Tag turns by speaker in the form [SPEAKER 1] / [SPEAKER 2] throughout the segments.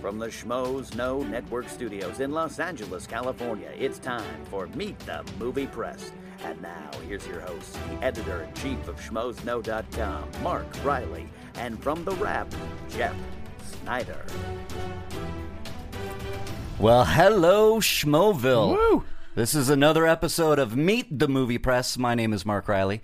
[SPEAKER 1] From the Schmoes No Network Studios in Los Angeles, California, it's time for Meet the Movie Press. And now, here's your host, the editor in chief of SchmoesNo.com, Mark Riley, and from The Wrap, Jeff Snyder.
[SPEAKER 2] Well, hello, Schmoville.
[SPEAKER 3] Woo!
[SPEAKER 2] This is another episode of Meet the Movie Press. My name is Mark Riley,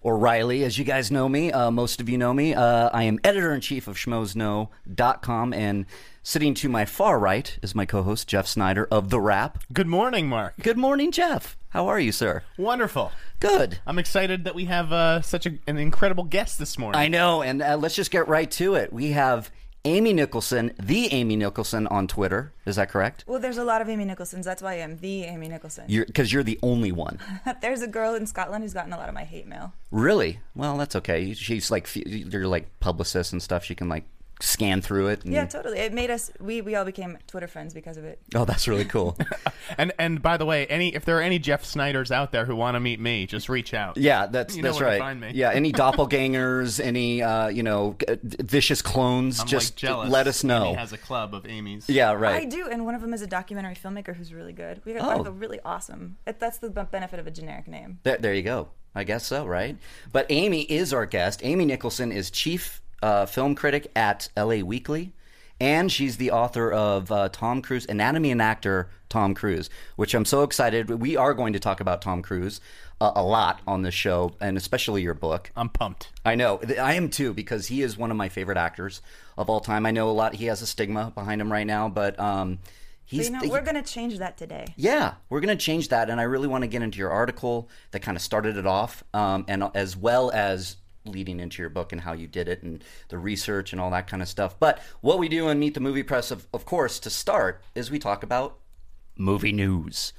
[SPEAKER 2] or Riley, as you guys know me. Uh, most of you know me. Uh, I am editor in chief of schmoesno.com, and sitting to my far right is my co host, Jeff Snyder of The Wrap.
[SPEAKER 3] Good morning, Mark.
[SPEAKER 2] Good morning, Jeff. How are you, sir?
[SPEAKER 3] Wonderful.
[SPEAKER 2] Good.
[SPEAKER 3] I'm excited that we have uh, such a, an incredible guest this morning.
[SPEAKER 2] I know, and uh, let's just get right to it. We have Amy Nicholson, the Amy Nicholson on Twitter. Is that correct?
[SPEAKER 4] Well, there's a lot of Amy Nicholsons. That's why I'm the Amy Nicholson.
[SPEAKER 2] Because you're, the only one.
[SPEAKER 4] there's a girl in Scotland who's gotten a lot of my hate mail.
[SPEAKER 2] Really? Well, that's okay. She's like, f- you're like publicist and stuff. She can like scan through it. And,
[SPEAKER 4] Yeah, totally. It made us. We we all became Twitter friends because of it.
[SPEAKER 2] Oh, that's really cool.
[SPEAKER 3] and and by the way, any if there are any Jeff Snyders out there who want to meet me, just reach out.
[SPEAKER 2] Yeah, that's
[SPEAKER 3] You know
[SPEAKER 2] that's
[SPEAKER 3] where to
[SPEAKER 2] right.
[SPEAKER 3] find me.
[SPEAKER 2] Yeah, any doppelgangers, any uh, you know g- vicious clones,
[SPEAKER 3] I'm
[SPEAKER 2] just
[SPEAKER 3] like jealous.
[SPEAKER 2] let us know.
[SPEAKER 3] Amy has a club of Amy's.
[SPEAKER 2] yeah,
[SPEAKER 4] I
[SPEAKER 2] right.
[SPEAKER 4] do, and one of them is a documentary filmmaker who's really good. We got
[SPEAKER 2] Oh.
[SPEAKER 4] like a really awesome. It, that's the b- benefit of a generic name.
[SPEAKER 2] There, there you go. I guess so, right? But Amy is our guest. Amy Nicholson is chief uh, film critic at LA Weekly, and she's the author of uh, Tom Cruise Anatomy and Actor Tom Cruise, which I'm so excited. We are going to talk about Tom Cruise uh, a lot on this show, and especially your book.
[SPEAKER 3] I'm pumped.
[SPEAKER 2] I know. Th- I am too because he is one of my favorite actors of all time. I know a lot. He has a stigma behind him right now, but um,
[SPEAKER 4] But,
[SPEAKER 2] he's
[SPEAKER 4] you know,
[SPEAKER 2] he-
[SPEAKER 4] we're gonna change that today.
[SPEAKER 2] yeah, we're going to change that, and I really want to get into your article that kind of started it off, um, and as well as leading into your book and how you did it and the research and all that kind of stuff. But what we do on Meet the Movie Press, of, of course, to start is we talk about movie news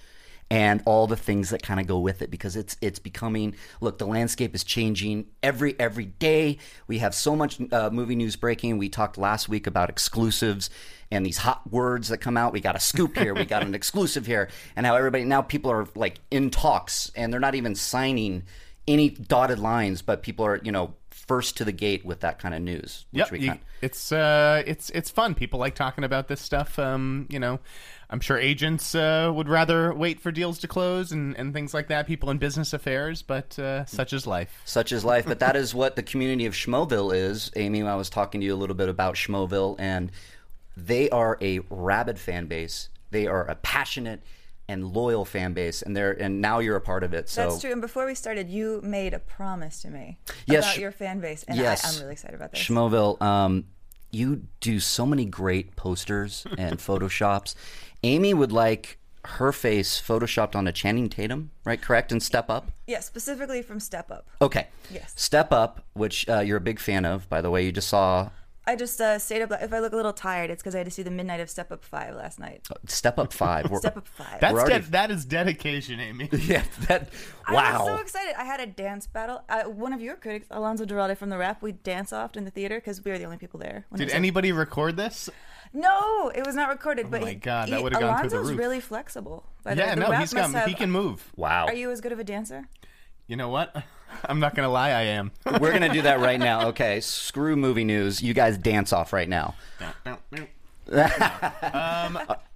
[SPEAKER 2] and all the things that kind of go with it because it's it's becoming look the landscape is changing every every day we have so much uh, movie news breaking we talked last week about exclusives and these hot words that come out we got a scoop here we got an exclusive here and how everybody now people are like in talks and they're not even signing any dotted lines but people are you know first to the gate with that kind of news which
[SPEAKER 3] Yep,
[SPEAKER 2] we
[SPEAKER 3] you-
[SPEAKER 2] kind
[SPEAKER 3] it's uh, it's it's fun. People like talking about this stuff. Um, you know, I'm sure agents uh, would rather wait for deals to close and, and things like that. People in business affairs, but uh, such is life.
[SPEAKER 2] Such is life, but that is what the community of Schmoville is. Amy, I was talking to you a little bit about Schmoville, and they are a rabid fan base. They are a passionate and loyal fan base, and they're and now you're a part of it. So
[SPEAKER 4] That's true. And before we started, you made a promise to me
[SPEAKER 2] Yes,
[SPEAKER 4] about
[SPEAKER 2] sh-
[SPEAKER 4] your fan base, and
[SPEAKER 2] yes.
[SPEAKER 4] I, I'm really excited about this.
[SPEAKER 2] Schmoville, um, you do so many great posters and photoshops. Amy would like her face photoshopped onto Channing Tatum, right? Correct, and Step Up.
[SPEAKER 4] yeah, specifically from Step Up.
[SPEAKER 2] Okay.
[SPEAKER 4] Yes.
[SPEAKER 2] Step Up, which uh, you're a big fan of, by the way. You just saw
[SPEAKER 4] I just uh, stayed up. If I look a little tired, it's because I had to see the midnight of Step Up Five last night.
[SPEAKER 2] Step Up Five. We're-
[SPEAKER 4] Step Up Five.
[SPEAKER 3] That's
[SPEAKER 2] already-
[SPEAKER 3] de- that is dedication, Amy.
[SPEAKER 2] Yeah, that
[SPEAKER 4] I was so
[SPEAKER 2] wow.
[SPEAKER 4] excited. I had a dance battle. Uh, one of your critics, Alonzo Duralde from The Rap, we dance offed in the theater because we were the only people there. when it
[SPEAKER 3] Did
[SPEAKER 4] was-
[SPEAKER 3] anybody record this?
[SPEAKER 4] No, it was not recorded. but
[SPEAKER 3] Oh my
[SPEAKER 4] he-
[SPEAKER 3] God, that
[SPEAKER 4] he-
[SPEAKER 3] would've gone through the
[SPEAKER 4] Alonzo's
[SPEAKER 3] roof.
[SPEAKER 4] really flexible. By the
[SPEAKER 3] Yeah,
[SPEAKER 4] way. The
[SPEAKER 3] no,
[SPEAKER 4] Rap
[SPEAKER 3] he's got
[SPEAKER 4] must have-
[SPEAKER 3] he can move.
[SPEAKER 2] Wow.
[SPEAKER 4] Are you as good of a dancer?
[SPEAKER 3] You know what? I'm not gonna lie, I am.
[SPEAKER 2] We're going to do that right now. Okay, screw movie news. You guys dance off right now.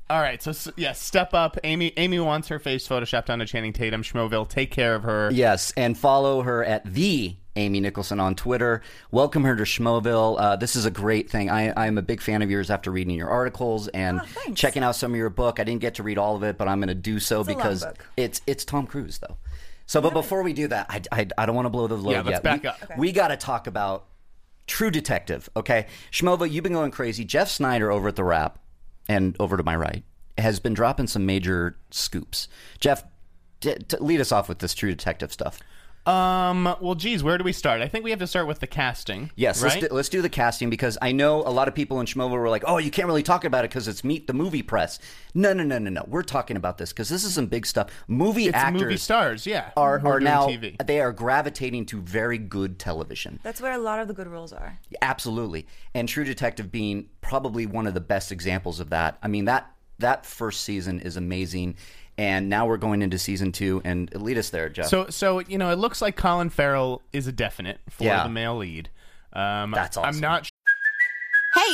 [SPEAKER 3] All right, so s- yes, step up. Amy Amy wants her face photoshopped onto Channing Tatum. Schmoville, take care of her.
[SPEAKER 2] Yes, and follow her at the Amy Nicholson on Twitter. Welcome her to Schmoville. Uh, this is a great thing. I, I'm a big fan of yours after reading your articles and
[SPEAKER 4] Oh, thanks.
[SPEAKER 2] checking out some of your book. I didn't get to read all of it, but I'm going to do so
[SPEAKER 4] long
[SPEAKER 2] because
[SPEAKER 4] book.
[SPEAKER 2] it's it's Tom Cruise though. So, but before we do that, I, I, I don't want to blow the load
[SPEAKER 3] Yeah, let's
[SPEAKER 2] yet.
[SPEAKER 3] back
[SPEAKER 2] Oh, we,
[SPEAKER 3] up. Okay.
[SPEAKER 2] We got to talk about True Detective. Okay, Shmova, you've been going crazy. Jeff Snyder over at the Wrap and over to my right has been dropping some major scoops. Jeff, d- t- lead us off with this True Detective stuff.
[SPEAKER 3] Um. Well, geez, where do we start? I think we have to start with the casting.
[SPEAKER 2] Yes,
[SPEAKER 3] Right.
[SPEAKER 2] let's, do, let's do the casting because I know a lot of people in Schmova were like, "Oh, you can't really talk about it because it's meet the movie press." No, no, no, no, no. We're talking about this because this is some big stuff. Movie
[SPEAKER 3] it's
[SPEAKER 2] actors
[SPEAKER 3] movie stars. Yeah.
[SPEAKER 2] are,
[SPEAKER 3] who
[SPEAKER 2] are
[SPEAKER 3] doing
[SPEAKER 2] now
[SPEAKER 3] TV.
[SPEAKER 2] they are gravitating to very good television.
[SPEAKER 4] That's where a lot of the good roles are.
[SPEAKER 2] Absolutely. And True Detective being probably one of the best examples of that. I mean that that first season is amazing. And now we're going into season two and lead us there, Jeff.
[SPEAKER 3] So so you know, it looks like Colin Farrell is a definite for
[SPEAKER 2] Yeah.
[SPEAKER 3] the male lead. Um,
[SPEAKER 2] That's
[SPEAKER 3] I'm
[SPEAKER 2] awesome.
[SPEAKER 3] not
[SPEAKER 5] Hey, Hey,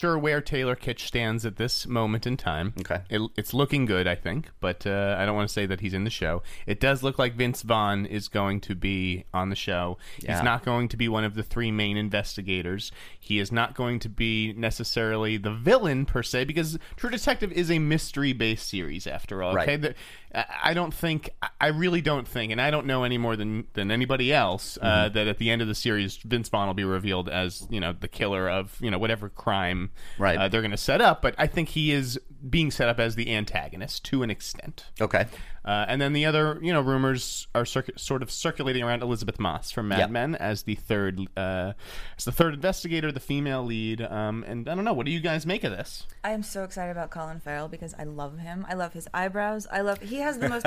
[SPEAKER 3] sure where Taylor Kitsch stands at this moment in time.
[SPEAKER 2] Okay.
[SPEAKER 3] It, it's looking good, I think, but uh, I don't want to say that he's in the show. It does look like Vince Vaughn is going to be on the show.
[SPEAKER 2] Yeah.
[SPEAKER 3] He's not going to be one of the three main investigators. He is not going to be necessarily the villain, per se, because True Detective is a mystery based series, after all.
[SPEAKER 2] Right.
[SPEAKER 3] Okay. The- I I don't think, I- I really don't think, and I don't know any more than, than anybody else, uh, that at the end of the series, Vince Vaughn will be revealed as, you know, the killer of, you know, whatever crime
[SPEAKER 2] Right.
[SPEAKER 3] uh, they're going to set up. But I think he is being set up as the antagonist to an extent.
[SPEAKER 2] Okay.
[SPEAKER 3] Uh, and then the other, you know, rumors are circ- sort of circulating around Elizabeth Moss from Mad
[SPEAKER 2] Yeah.
[SPEAKER 3] Men as the third, uh, as the third investigator, the female lead. Um, and I don't know, what do you guys make of this?
[SPEAKER 4] I am so excited about Colin Farrell because I love him. I love his eyebrows. I love he has the most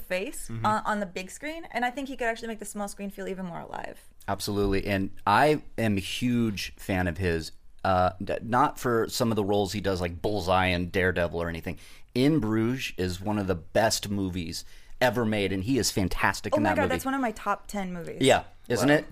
[SPEAKER 4] face
[SPEAKER 3] Mm-hmm.
[SPEAKER 4] on, on the big screen, and I think he could actually make the small screen feel even more alive. Oh
[SPEAKER 2] Absolutely. And I am a huge fan of his. Uh, d- not for some of the roles he does, like Bullseye and Daredevil or anything. In Bruges is one of the best movies ever made, and he is fantastic
[SPEAKER 4] Oh
[SPEAKER 2] in
[SPEAKER 4] my
[SPEAKER 2] that
[SPEAKER 4] god,
[SPEAKER 2] movie.
[SPEAKER 4] that's one of my top ten movies.
[SPEAKER 2] Yeah, isn't it?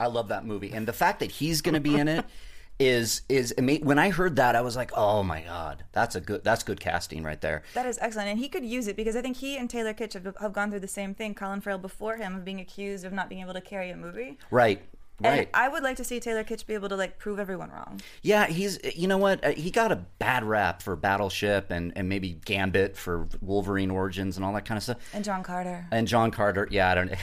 [SPEAKER 2] I love that movie, and the fact that he's going to be in it is is ama- when I heard that I was like, oh my god, that's a good that's good casting right there.
[SPEAKER 4] That is excellent, and he could use it because I think he and Taylor Kitsch have, have gone through the same thing. Colin Farrell before him of being accused of not being able to carry a movie.
[SPEAKER 2] Right,
[SPEAKER 4] And
[SPEAKER 2] right.
[SPEAKER 4] I would like to see Taylor Kitsch be able to like prove everyone wrong.
[SPEAKER 2] yeah, he's you know what Uh, he got a bad rap for Battleship and and maybe Gambit for Wolverine Origins and all that kind of stuff.
[SPEAKER 4] And John Carter.
[SPEAKER 2] And John Carter, yeah, I don't, I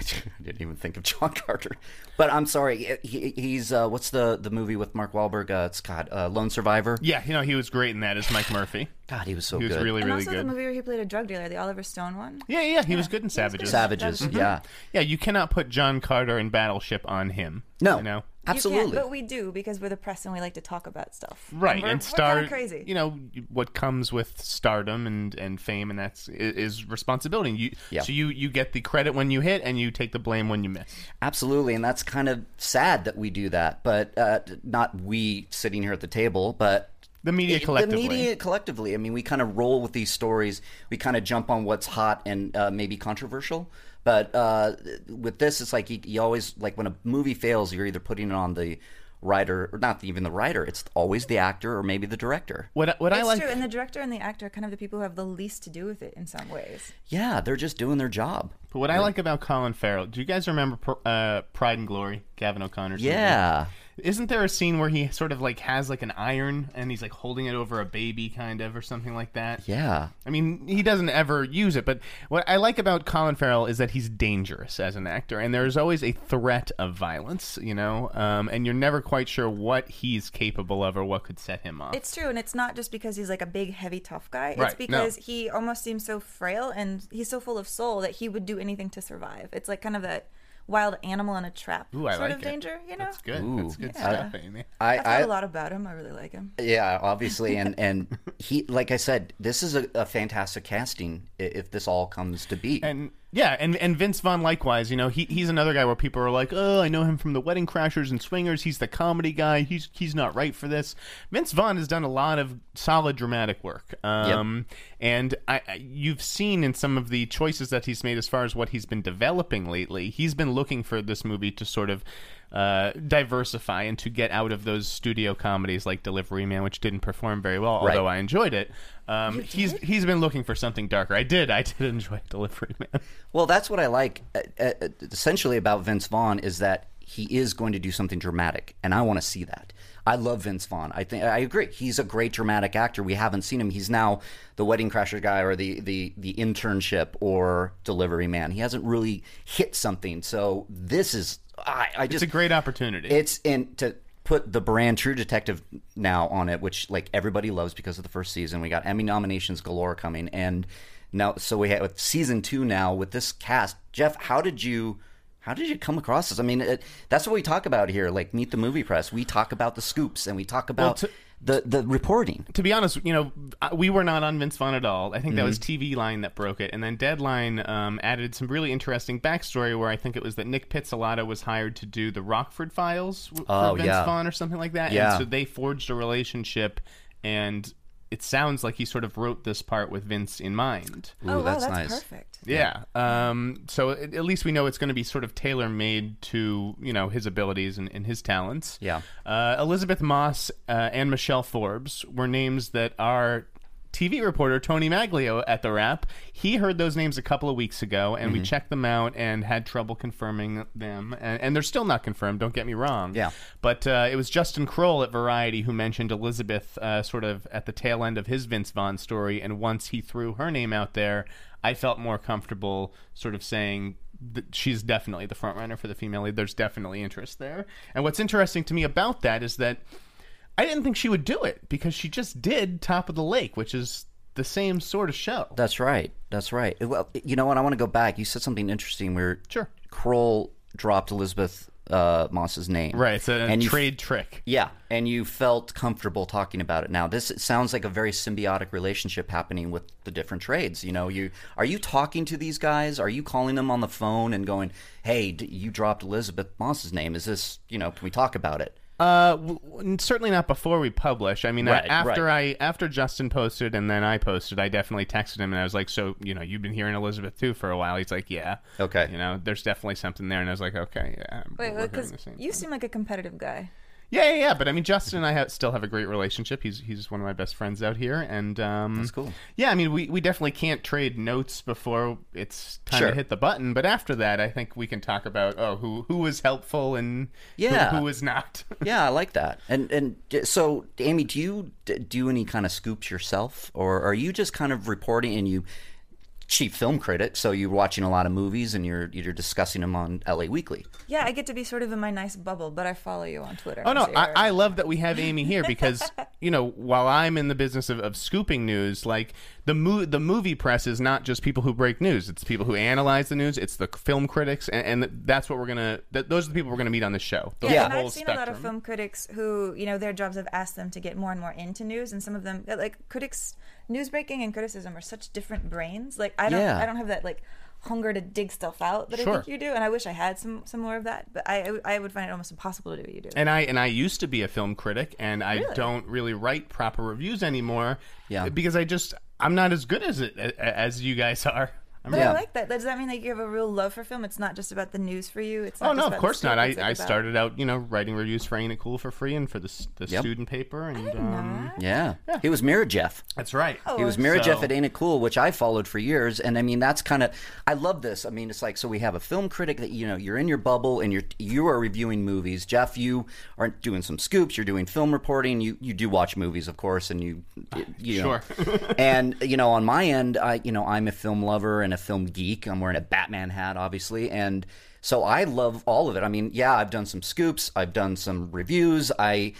[SPEAKER 2] didn't even think of John Carter, but I'm sorry, he, he's uh, what's the the movie with Mark Wahlberg? Uh, it's God, uh, Lone Survivor.
[SPEAKER 3] Yeah, you know, he was great in that as Mike Murphy.
[SPEAKER 2] God, he was so
[SPEAKER 3] He was
[SPEAKER 2] good.
[SPEAKER 3] really,
[SPEAKER 4] and
[SPEAKER 3] really
[SPEAKER 4] also
[SPEAKER 3] good.
[SPEAKER 4] the movie where he played a drug dealer, the Oliver Stone one.
[SPEAKER 3] Yeah, yeah, he was good Mm-hmm. in Savages.
[SPEAKER 2] Savages, yeah.
[SPEAKER 3] Yeah, you cannot put John Carter in Battleship on him.
[SPEAKER 2] No,
[SPEAKER 3] you know,
[SPEAKER 4] You
[SPEAKER 2] absolutely.
[SPEAKER 4] can't, but we do because we're the press and we like to talk about stuff.
[SPEAKER 3] right?
[SPEAKER 4] we're,
[SPEAKER 3] and
[SPEAKER 4] we're
[SPEAKER 3] star,
[SPEAKER 4] kinda crazy.
[SPEAKER 3] You know what comes with stardom and and fame, and that's i- is responsibility. You,
[SPEAKER 2] Yeah.
[SPEAKER 3] So you you get the credit when you hit, and you take the blame when you miss.
[SPEAKER 2] Absolutely, and that's kind of sad that we do that, but uh, not we sitting here at the table, but
[SPEAKER 3] The media collectively.
[SPEAKER 2] The media collectively. I mean, we kind of roll with these stories. We kind of jump on what's hot and uh, maybe controversial. But uh, with this, it's like you, you always like when a movie fails, you're either putting it on the writer, or not even the writer. It's always the actor or maybe the director.
[SPEAKER 3] What I- what I
[SPEAKER 4] It's
[SPEAKER 3] like.
[SPEAKER 4] true, and the director and the actor are kind of the people who have the least to do with it in some ways.
[SPEAKER 2] Yeah, they're just doing their job.
[SPEAKER 3] But what I like about Colin Farrell, do you guys remember pr- uh, Pride and Glory, Gavin O'Connor's movie?
[SPEAKER 2] Yeah,
[SPEAKER 3] Isn't there a scene where he sort of like has like an iron and he's like holding it over a baby kind of or something like that?
[SPEAKER 2] yeah.
[SPEAKER 3] I mean, he doesn't ever use it, but what I like about Colin Farrell is that he's dangerous as an actor, and there's always a threat of violence, you know, um, and you're never quite sure what he's capable of or what could set him off.
[SPEAKER 4] It's true, and it's not just because he's like a big, heavy, tough guy. It's
[SPEAKER 3] Right, no.
[SPEAKER 4] because he almost seems so frail and he's so full of soul that he would do anything to survive. It's like kind of that wild animal in a trap
[SPEAKER 3] Ooh, I
[SPEAKER 4] sort
[SPEAKER 3] like
[SPEAKER 4] of
[SPEAKER 3] it.
[SPEAKER 4] danger, you know?
[SPEAKER 3] That's good. That's good stuff, Amy.
[SPEAKER 2] I,
[SPEAKER 4] I thought a lot about him. I really like him.
[SPEAKER 2] Yeah, obviously, and and he, like I said, this is a, a fantastic casting i- if this all comes to be.
[SPEAKER 3] And yeah, and and Vince Vaughn likewise, you know, he he's another guy where people are like, "Oh, I know him from The Wedding Crashers and Swingers. He's the comedy guy. He's he's not right for this." Vince Vaughn has done a lot of solid dramatic work. Um and I, I you've seen in some of the choices that he's made as far as what he's been developing lately. He's been looking for this movie to sort of uh, diversify and to get out of those studio comedies like Delivery Man, which didn't perform very well,
[SPEAKER 2] Right.
[SPEAKER 3] although I enjoyed it. Um, he's he's been looking for something darker. I did. I did enjoy Delivery Man.
[SPEAKER 2] Well, that's what I like uh, uh, essentially about Vince Vaughn is that he is going to do something dramatic, and I want to see that. I love Vince Vaughn. I think I agree. He's a great dramatic actor. We haven't seen him. He's now the Wedding Crasher guy, or the the the internship, or Delivery Man. He hasn't really hit something. So this is I, I
[SPEAKER 3] It's
[SPEAKER 2] just
[SPEAKER 3] a great opportunity.
[SPEAKER 2] it's in to put the brand True Detective now on it, which like everybody loves because of the first season. We got Emmy nominations galore coming, and now so we have season two now with this cast. Jeff, how did you? How did you come across this? I mean, it, that's what we talk about here. Like, meet the movie press. We talk about the scoops, and we talk about
[SPEAKER 3] to-
[SPEAKER 2] the the reporting.
[SPEAKER 3] to be honest, you know, I- we were not on Vince Vaughn at all. I think that
[SPEAKER 2] Mm-hmm.
[SPEAKER 3] was TV Line that broke it, and then Deadline um, added some really interesting backstory where I think it was that Nick Pizzolatto was hired to do the Rockford Files w- for
[SPEAKER 2] Oh,
[SPEAKER 3] Vince
[SPEAKER 2] yeah.
[SPEAKER 3] Vaughn or something like that.
[SPEAKER 2] Yeah.
[SPEAKER 3] And so they forged a relationship, and it sounds like he sort of wrote this part with Vince in mind.
[SPEAKER 4] oh, wow,
[SPEAKER 2] that's
[SPEAKER 4] that's
[SPEAKER 2] nice.
[SPEAKER 4] perfect.
[SPEAKER 3] Yeah. Um, so at, at least we know it's going to be sort of tailor made to you know his abilities and, and his talents.
[SPEAKER 2] Yeah.
[SPEAKER 3] Uh, Elizabeth Moss uh, and Michelle Forbes were names that our TV reporter Tony Maglio at the Wrap. He heard those names a couple of weeks ago, and we
[SPEAKER 2] Mm-hmm.
[SPEAKER 3] checked them out and had trouble confirming them. And, and they're still not confirmed. Don't get me wrong.
[SPEAKER 2] Yeah.
[SPEAKER 3] But uh, it was Justin Kroll at Variety who mentioned Elizabeth uh, sort of at the tail end of his Vince Vaughn story. And once he threw her name out there, I felt more comfortable sort of saying that she's definitely the front runner for the female lead. There's definitely interest there. And what's interesting to me about that is that I didn't think she would do it because she just did Top of the Lake, which is the same sort of show.
[SPEAKER 2] That's right. That's right. Well, you know what? I want to go back. You said something interesting where
[SPEAKER 3] Sure.
[SPEAKER 2] Kroll dropped Elizabeth uh, Moss's name.
[SPEAKER 3] right. It's a
[SPEAKER 2] And you-
[SPEAKER 3] trade trick.
[SPEAKER 2] Yeah, and you felt comfortable talking about it. Now, this sounds like a very symbiotic relationship happening with the different trades. You know, you are you talking to these guys? Are you calling them on the phone and going, "Hey, d- you dropped Elizabeth Moss's name. Is this, you know, can we talk about it?"
[SPEAKER 3] Uh, w- w- certainly not before we publish. I mean, I-
[SPEAKER 2] Right,
[SPEAKER 3] after
[SPEAKER 2] right.
[SPEAKER 3] I after Justin posted and then I posted, I definitely texted him and I was like, "So you know, you've been hearing Elizabeth too for a while." He's like, "Yeah,
[SPEAKER 2] Okay.
[SPEAKER 3] You know, there's definitely something there, and I was like, "Okay, yeah." I'm-
[SPEAKER 4] Wait,
[SPEAKER 3] we're
[SPEAKER 4] wait,
[SPEAKER 3] hearing
[SPEAKER 4] because
[SPEAKER 3] the same thing.
[SPEAKER 4] you seem like a competitive guy.
[SPEAKER 3] yeah, yeah, yeah. But I mean, Justin and I have, still have a great relationship. He's he's one of my best friends out here, and um, that's
[SPEAKER 2] cool.
[SPEAKER 3] Yeah, I mean, we, we definitely can't trade notes before it's time
[SPEAKER 2] Sure.
[SPEAKER 3] to hit the button, but after that, I think we can talk about oh, who who was helpful and who-
[SPEAKER 2] Yeah.
[SPEAKER 3] who was not.
[SPEAKER 2] Yeah, I like that. And and d- so, Amy, do you d- do any kind of scoops yourself, or are you just kind of reporting and you? Chief film critic, so you're watching a lot of movies and you're you're discussing them on LA Weekly.
[SPEAKER 4] Yeah, I get to be sort of in my nice bubble, but I follow you on Twitter.
[SPEAKER 3] Oh no,
[SPEAKER 4] so you're-
[SPEAKER 3] I, I love that we have Amy here because you know while I'm in the business of, of scooping news, like the mo- the movie press is not just people who break news; it's people who analyze the news, it's the film critics, and, and that's what we're gonna. Th- those are the people we're gonna meet on the show. The
[SPEAKER 4] Yeah, and
[SPEAKER 3] whole
[SPEAKER 4] I've seen a lot of
[SPEAKER 3] spectrum.
[SPEAKER 4] film critics who, you know, their jobs have asked them to get more and more into news, and some of them, uh, like critics, news breaking and criticism are such different brains. Like I don't,
[SPEAKER 2] Yeah.
[SPEAKER 4] I don't have that like hunger to dig stuff out that I
[SPEAKER 3] Sure.
[SPEAKER 4] think you do, and I wish I had some some more of that. But I, I would- I would find it almost impossible to do what you do.
[SPEAKER 3] And I and I used to be a film critic, and I don't really write proper reviews anymore.
[SPEAKER 2] Yeah.
[SPEAKER 3] because I just I'm not as good as it a- a- as you guys are. I'm
[SPEAKER 4] but
[SPEAKER 2] Yeah.
[SPEAKER 4] I like that. Does that mean that you have a real love for film? It's not just about the news for you. It's not
[SPEAKER 3] Oh no,
[SPEAKER 4] just
[SPEAKER 3] of
[SPEAKER 4] about
[SPEAKER 3] course
[SPEAKER 4] the
[SPEAKER 3] not.
[SPEAKER 4] scoop,
[SPEAKER 3] I,
[SPEAKER 4] it's, like,
[SPEAKER 3] I
[SPEAKER 4] about-
[SPEAKER 3] started out, you know, writing reviews for Ain't It Cool for free and for the s- the
[SPEAKER 2] Yep.
[SPEAKER 3] student paper, and um,
[SPEAKER 2] Yeah, he was Mira Jeff.
[SPEAKER 3] that's right.
[SPEAKER 4] Oh,
[SPEAKER 2] He was Mira
[SPEAKER 3] So-
[SPEAKER 2] Jeff at Ain't It Cool, which I followed for years, and I mean that's kind of I love this. I mean it's like so we have a film critic that you know you're in your bubble and you're you are reviewing movies. Jeff, you are doing some scoops. You're doing film reporting. You you do watch movies, of course, and you, you know. and you know on my end, I you know I'm a film lover and a film geek. I'm wearing a Batman hat, obviously, and. So I love all of it. I mean, yeah, I've done some scoops, I've done some reviews. I,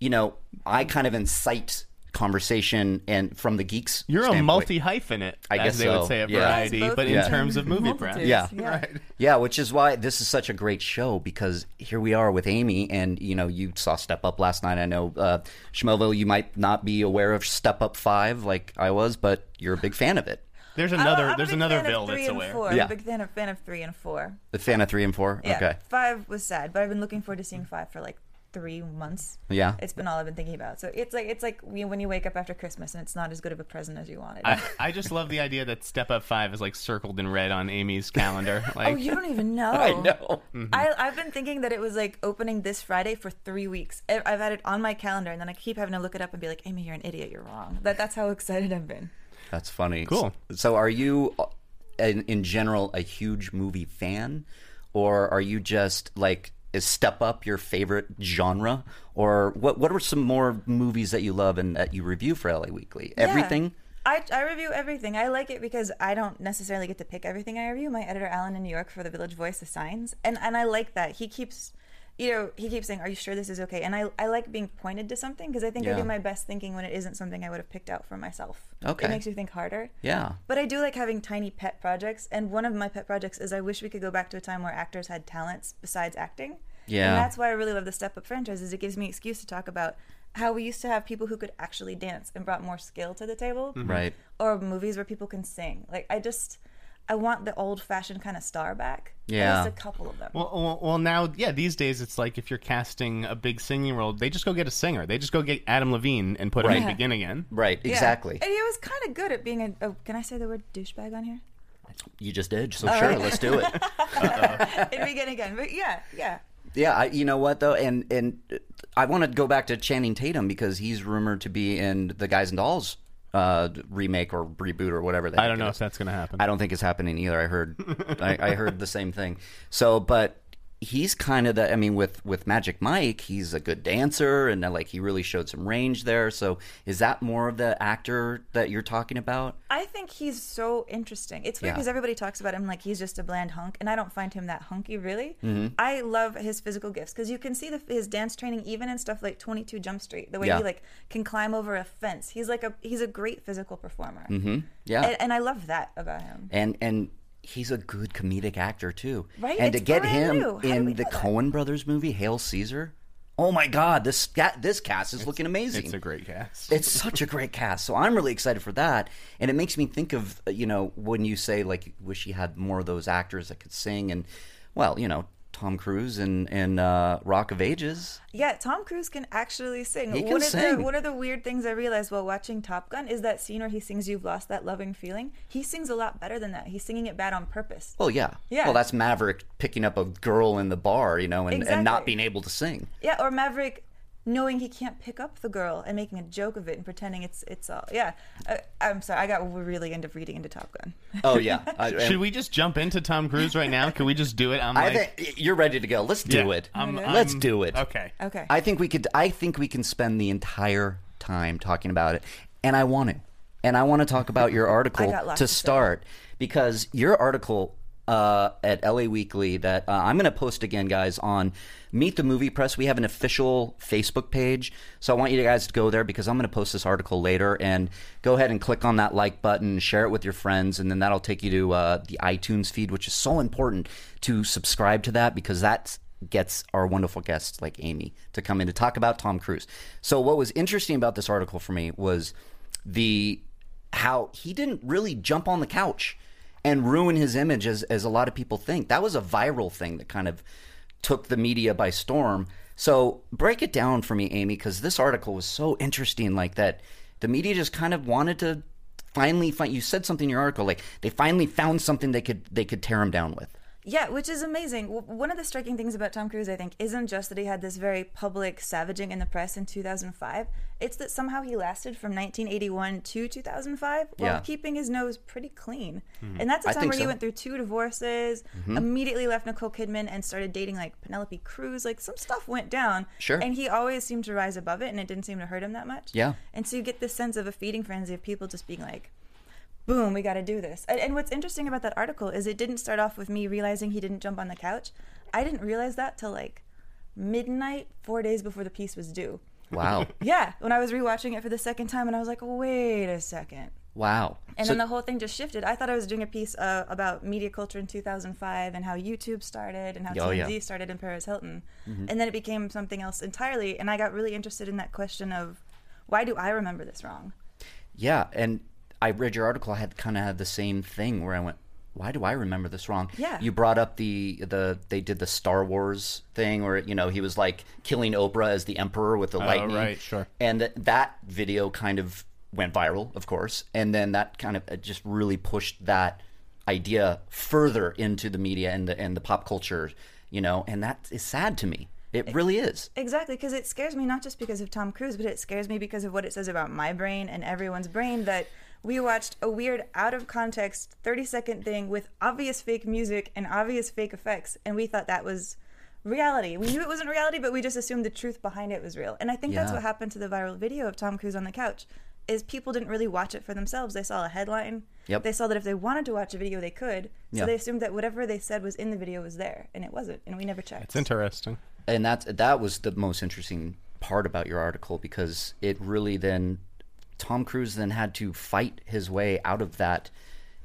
[SPEAKER 2] you know, I kind of incite conversation and from the geeks.
[SPEAKER 3] You're a
[SPEAKER 2] standpoint.
[SPEAKER 3] multi hyphenate, I
[SPEAKER 2] guess
[SPEAKER 3] guess they
[SPEAKER 2] so.
[SPEAKER 3] would say at
[SPEAKER 2] Yeah.
[SPEAKER 3] Variety,
[SPEAKER 4] Both
[SPEAKER 3] but in
[SPEAKER 4] Yeah.
[SPEAKER 3] terms of movie press,
[SPEAKER 2] Yeah.
[SPEAKER 3] right.
[SPEAKER 2] Yeah, which is why this is such a great show because here we are with Amy, and you know you saw Step Up last night. I know uh, Schmelville, you might not be aware of Step Up Five like I was, but you're a big fan of it.
[SPEAKER 3] There's
[SPEAKER 4] I'm a-
[SPEAKER 3] another.
[SPEAKER 4] I'm a
[SPEAKER 3] there's
[SPEAKER 4] big
[SPEAKER 3] another
[SPEAKER 4] fan of
[SPEAKER 3] bill
[SPEAKER 4] three
[SPEAKER 3] that's
[SPEAKER 4] and
[SPEAKER 3] aware.
[SPEAKER 4] Four.
[SPEAKER 2] Yeah.
[SPEAKER 4] I'm a big fan of, fan of three and four.
[SPEAKER 2] A fan of three and four.
[SPEAKER 4] Yeah.
[SPEAKER 2] Okay.
[SPEAKER 4] Five was sad, but I've been looking forward to seeing five for like three months.
[SPEAKER 2] Yeah.
[SPEAKER 4] It's been all I've been thinking about. So it's like it's like you- when you wake up after Christmas and it's not as good of a present as you wanted.
[SPEAKER 3] I, I just love the idea that Step Up Five is like circled in red on Amy's calendar. Like,
[SPEAKER 4] oh, you don't even know.
[SPEAKER 2] I know.
[SPEAKER 4] I, I've been thinking that it was like opening this Friday for three weeks. I- I've had it on my calendar, and then I keep having to look it up and be like, "Amy, you're an idiot. You're wrong." That that's how excited I've been.
[SPEAKER 2] That's funny.
[SPEAKER 3] Cool.
[SPEAKER 2] So, are you, uh, in, in general, a huge movie fan, or are you just like is Step Up your favorite genre, or what? What are some more movies that you love and that you review for LA Weekly? Everything.
[SPEAKER 4] I, I review everything. I like it because I don't necessarily get to pick everything I review. My editor Alan in New York for the Village Voice assigns, and and I like that. He keeps, you know, he keeps saying, "Are you sure this is okay?" And I I like being pointed to something because I think I
[SPEAKER 2] Yeah.
[SPEAKER 4] do my best thinking when it isn't something I would have picked out for myself.
[SPEAKER 2] Okay.
[SPEAKER 4] it makes you think harder.
[SPEAKER 2] Yeah.
[SPEAKER 4] But I do like having tiny pet projects, and one of my pet projects is I wish we could go back to a time where actors had talents besides acting.
[SPEAKER 2] Yeah.
[SPEAKER 4] And that's why I really love the Step Up franchise is it gives me an excuse to talk about how we used to have people who could actually dance and brought more skill to the table
[SPEAKER 3] Hmm.
[SPEAKER 2] Right.
[SPEAKER 4] or movies where people can sing. Like I just I want the old fashioned kind of star back.
[SPEAKER 2] Yeah.
[SPEAKER 4] At least a couple of them.
[SPEAKER 3] Well, well, well, now, yeah, these days it's like if you're casting a big singing role, they just go get a singer. They just go get Adam Levine and put him in
[SPEAKER 2] Right.
[SPEAKER 3] Begin Again.
[SPEAKER 2] Right.
[SPEAKER 4] Yeah.
[SPEAKER 2] Exactly.
[SPEAKER 4] And he was kind of good at being a. Oh, can I say the word douchebag on here?
[SPEAKER 2] You just did. So sure, let's do it.
[SPEAKER 4] It'd be good again. But yeah, yeah.
[SPEAKER 2] Yeah, I, you know what though, and and I want to go back to Channing Tatum because he's rumored to be in the Guys and Dolls uh, remake or reboot or whatever. They
[SPEAKER 3] I don't know if that's going to happen.
[SPEAKER 2] I don't think it's happening either. I heard, I, I heard the same thing. So, but he's kind of the. I mean, with with Magic Mike, he's a good dancer, and uh, like he really showed some range there. So, is that more of the actor that you're talking about?
[SPEAKER 4] I think he's so interesting. It's weird
[SPEAKER 2] Yeah.
[SPEAKER 4] because everybody talks about him like he's just a bland hunk, and I don't find him that hunky really.
[SPEAKER 2] Mm-hmm.
[SPEAKER 4] I love his physical gifts because you can see the, his dance training even in stuff like Twenty Two Jump Street, the way
[SPEAKER 2] Yeah.
[SPEAKER 4] he like can climb over a fence. He's like a he's a great physical performer,
[SPEAKER 2] Mm-hmm. Yeah,
[SPEAKER 4] and, and I love that about him.
[SPEAKER 2] and and he's a good comedic actor too.
[SPEAKER 4] Right?
[SPEAKER 2] And to
[SPEAKER 4] It's
[SPEAKER 2] get
[SPEAKER 4] brand
[SPEAKER 2] him
[SPEAKER 4] new. How do we
[SPEAKER 2] in the
[SPEAKER 4] know that?
[SPEAKER 2] Cohen Brothers movie Hail Caesar, oh my God, this ca- this cast is looking amazing.
[SPEAKER 3] It's a great cast.
[SPEAKER 2] It's such a great cast, so I'm really excited for that. And it makes me think of uh, you know when you say like you wish he had more of those actors that could sing and well you know Tom Cruise and and uh, Rock of Ages.
[SPEAKER 4] Yeah, Tom Cruise can actually sing.
[SPEAKER 2] He can
[SPEAKER 4] one Of
[SPEAKER 2] sing.
[SPEAKER 4] the, one of the weird things I realized while watching Top Gun is that scene where he sings "You've Lost That Loving Feeling." He sings a lot better than that. He's singing it bad on purpose.
[SPEAKER 2] Well, yeah.
[SPEAKER 4] Yeah.
[SPEAKER 2] Well, that's Maverick picking up a girl in the bar, you know, and, and not
[SPEAKER 4] Exactly.
[SPEAKER 2] being able to sing.
[SPEAKER 4] Yeah, or Maverick knowing he can't pick up the girl and making a joke of it and pretending it's it's all. Yeah, uh, I'm sorry, I got really into reading into Top Gun.
[SPEAKER 2] Oh, yeah. I, and
[SPEAKER 3] Should we just jump into Tom Cruise right now? Can we just do it? I'm
[SPEAKER 2] I
[SPEAKER 3] like,
[SPEAKER 2] think you're ready to go. Let's do
[SPEAKER 3] Yeah,
[SPEAKER 2] it.
[SPEAKER 3] I'm-
[SPEAKER 2] Let's
[SPEAKER 3] I'm-
[SPEAKER 2] do it.
[SPEAKER 3] Okay.
[SPEAKER 4] Okay.
[SPEAKER 2] I think we could. I think we can spend the entire time talking about it, and I want to. And I want to talk about your article
[SPEAKER 4] got lots
[SPEAKER 2] to
[SPEAKER 4] to say.
[SPEAKER 2] start because your article uh, at LA Weekly that uh, I'm going to post again, guys, on Meet the Movie Press. We have an official Facebook page, so I want you guys to go there because I'm going to post this article later. And go ahead and click on that like button, share it with your friends, and then that'll take you to uh, the iTunes feed, which is so important to subscribe to that because that's gets our wonderful guests like Amy to come in to talk about Tom Cruise. So what was interesting about this article for me was the how he didn't really jump on the couch and ruin his image as as a lot of people think. That was a viral thing that kind of took the media by storm. So break it down for me Amy cuz this article was so interesting like that the media just kind of wanted to finally find you said something in your article like they finally found something they could they could tear him down with.
[SPEAKER 4] Yeah, which is amazing. W- One of the striking things about Tom Cruise, I think, isn't just that he had this very public savaging in the press in 2005. It's that somehow he lasted from 1981 to 2005 while
[SPEAKER 2] Yeah. Hmm.
[SPEAKER 4] keeping his nose pretty clean. And that's a
[SPEAKER 2] I
[SPEAKER 4] time
[SPEAKER 2] think
[SPEAKER 4] where
[SPEAKER 2] so.
[SPEAKER 4] he
[SPEAKER 2] Mm-hmm.
[SPEAKER 4] went through two divorces, immediately left Nicole Kidman, and started dating like Penelope Cruz. Like some stuff went down.
[SPEAKER 2] Sure.
[SPEAKER 4] And he always seemed to rise above it, and it didn't seem to hurt him that much.
[SPEAKER 2] Yeah.
[SPEAKER 4] And so you get this sense of a feeding frenzy of people just being like, boom, we got to do this. And, and what's interesting about that article is it didn't start off with me realizing he didn't jump on the couch. I didn't realize that till like midnight, four days before the piece was due.
[SPEAKER 2] Wow.
[SPEAKER 4] Yeah, when I was rewatching it for the second time, and I was like, wait a second.
[SPEAKER 2] Wow.
[SPEAKER 4] And
[SPEAKER 2] So-
[SPEAKER 4] then the whole thing just shifted. I thought I was doing a piece uh, about media culture in 2005 and how YouTube started and how
[SPEAKER 2] Oh,
[SPEAKER 4] TMZ
[SPEAKER 2] yeah. Mm-hmm.
[SPEAKER 4] started and Paris Hilton. And then it became something else entirely. And I got really interested in that question of why do I remember this wrong?
[SPEAKER 2] Yeah, and I read your article. I had kind of had the same thing where I went, "Why do I remember this wrong?"
[SPEAKER 4] Yeah.
[SPEAKER 2] you brought up the the they did the Star Wars thing where you know he was like killing Oprah as the Emperor with the lightning,
[SPEAKER 3] Oh, right, sure.
[SPEAKER 2] And th- that video kind of went viral, of course, and then that kind of it just really pushed that idea further into the media and the and the pop culture, you know, and that is sad to me. It really is.
[SPEAKER 4] Exactly, because it scares me not just because of Tom Cruise, but it scares me because of what it says about my brain and everyone's brain that we watched a weird, out of context, 30 second thing with obvious fake music and obvious fake effects, and we thought that was reality. We knew it wasn't reality, but we just assumed the truth behind it was real. And I think that's
[SPEAKER 2] Yeah.
[SPEAKER 4] what happened to the viral video of Tom Cruise on the couch. Is people didn't really watch it for themselves. They saw a headline.
[SPEAKER 2] Yep.
[SPEAKER 4] They saw that if they wanted to watch a video, they could. So
[SPEAKER 2] Yeah.
[SPEAKER 4] they assumed that whatever they said was in the video was there, and it wasn't. And we never checked.
[SPEAKER 3] It's interesting.
[SPEAKER 2] and that that was the most interesting part about your article because it really then Tom Cruise then had to fight his way out of that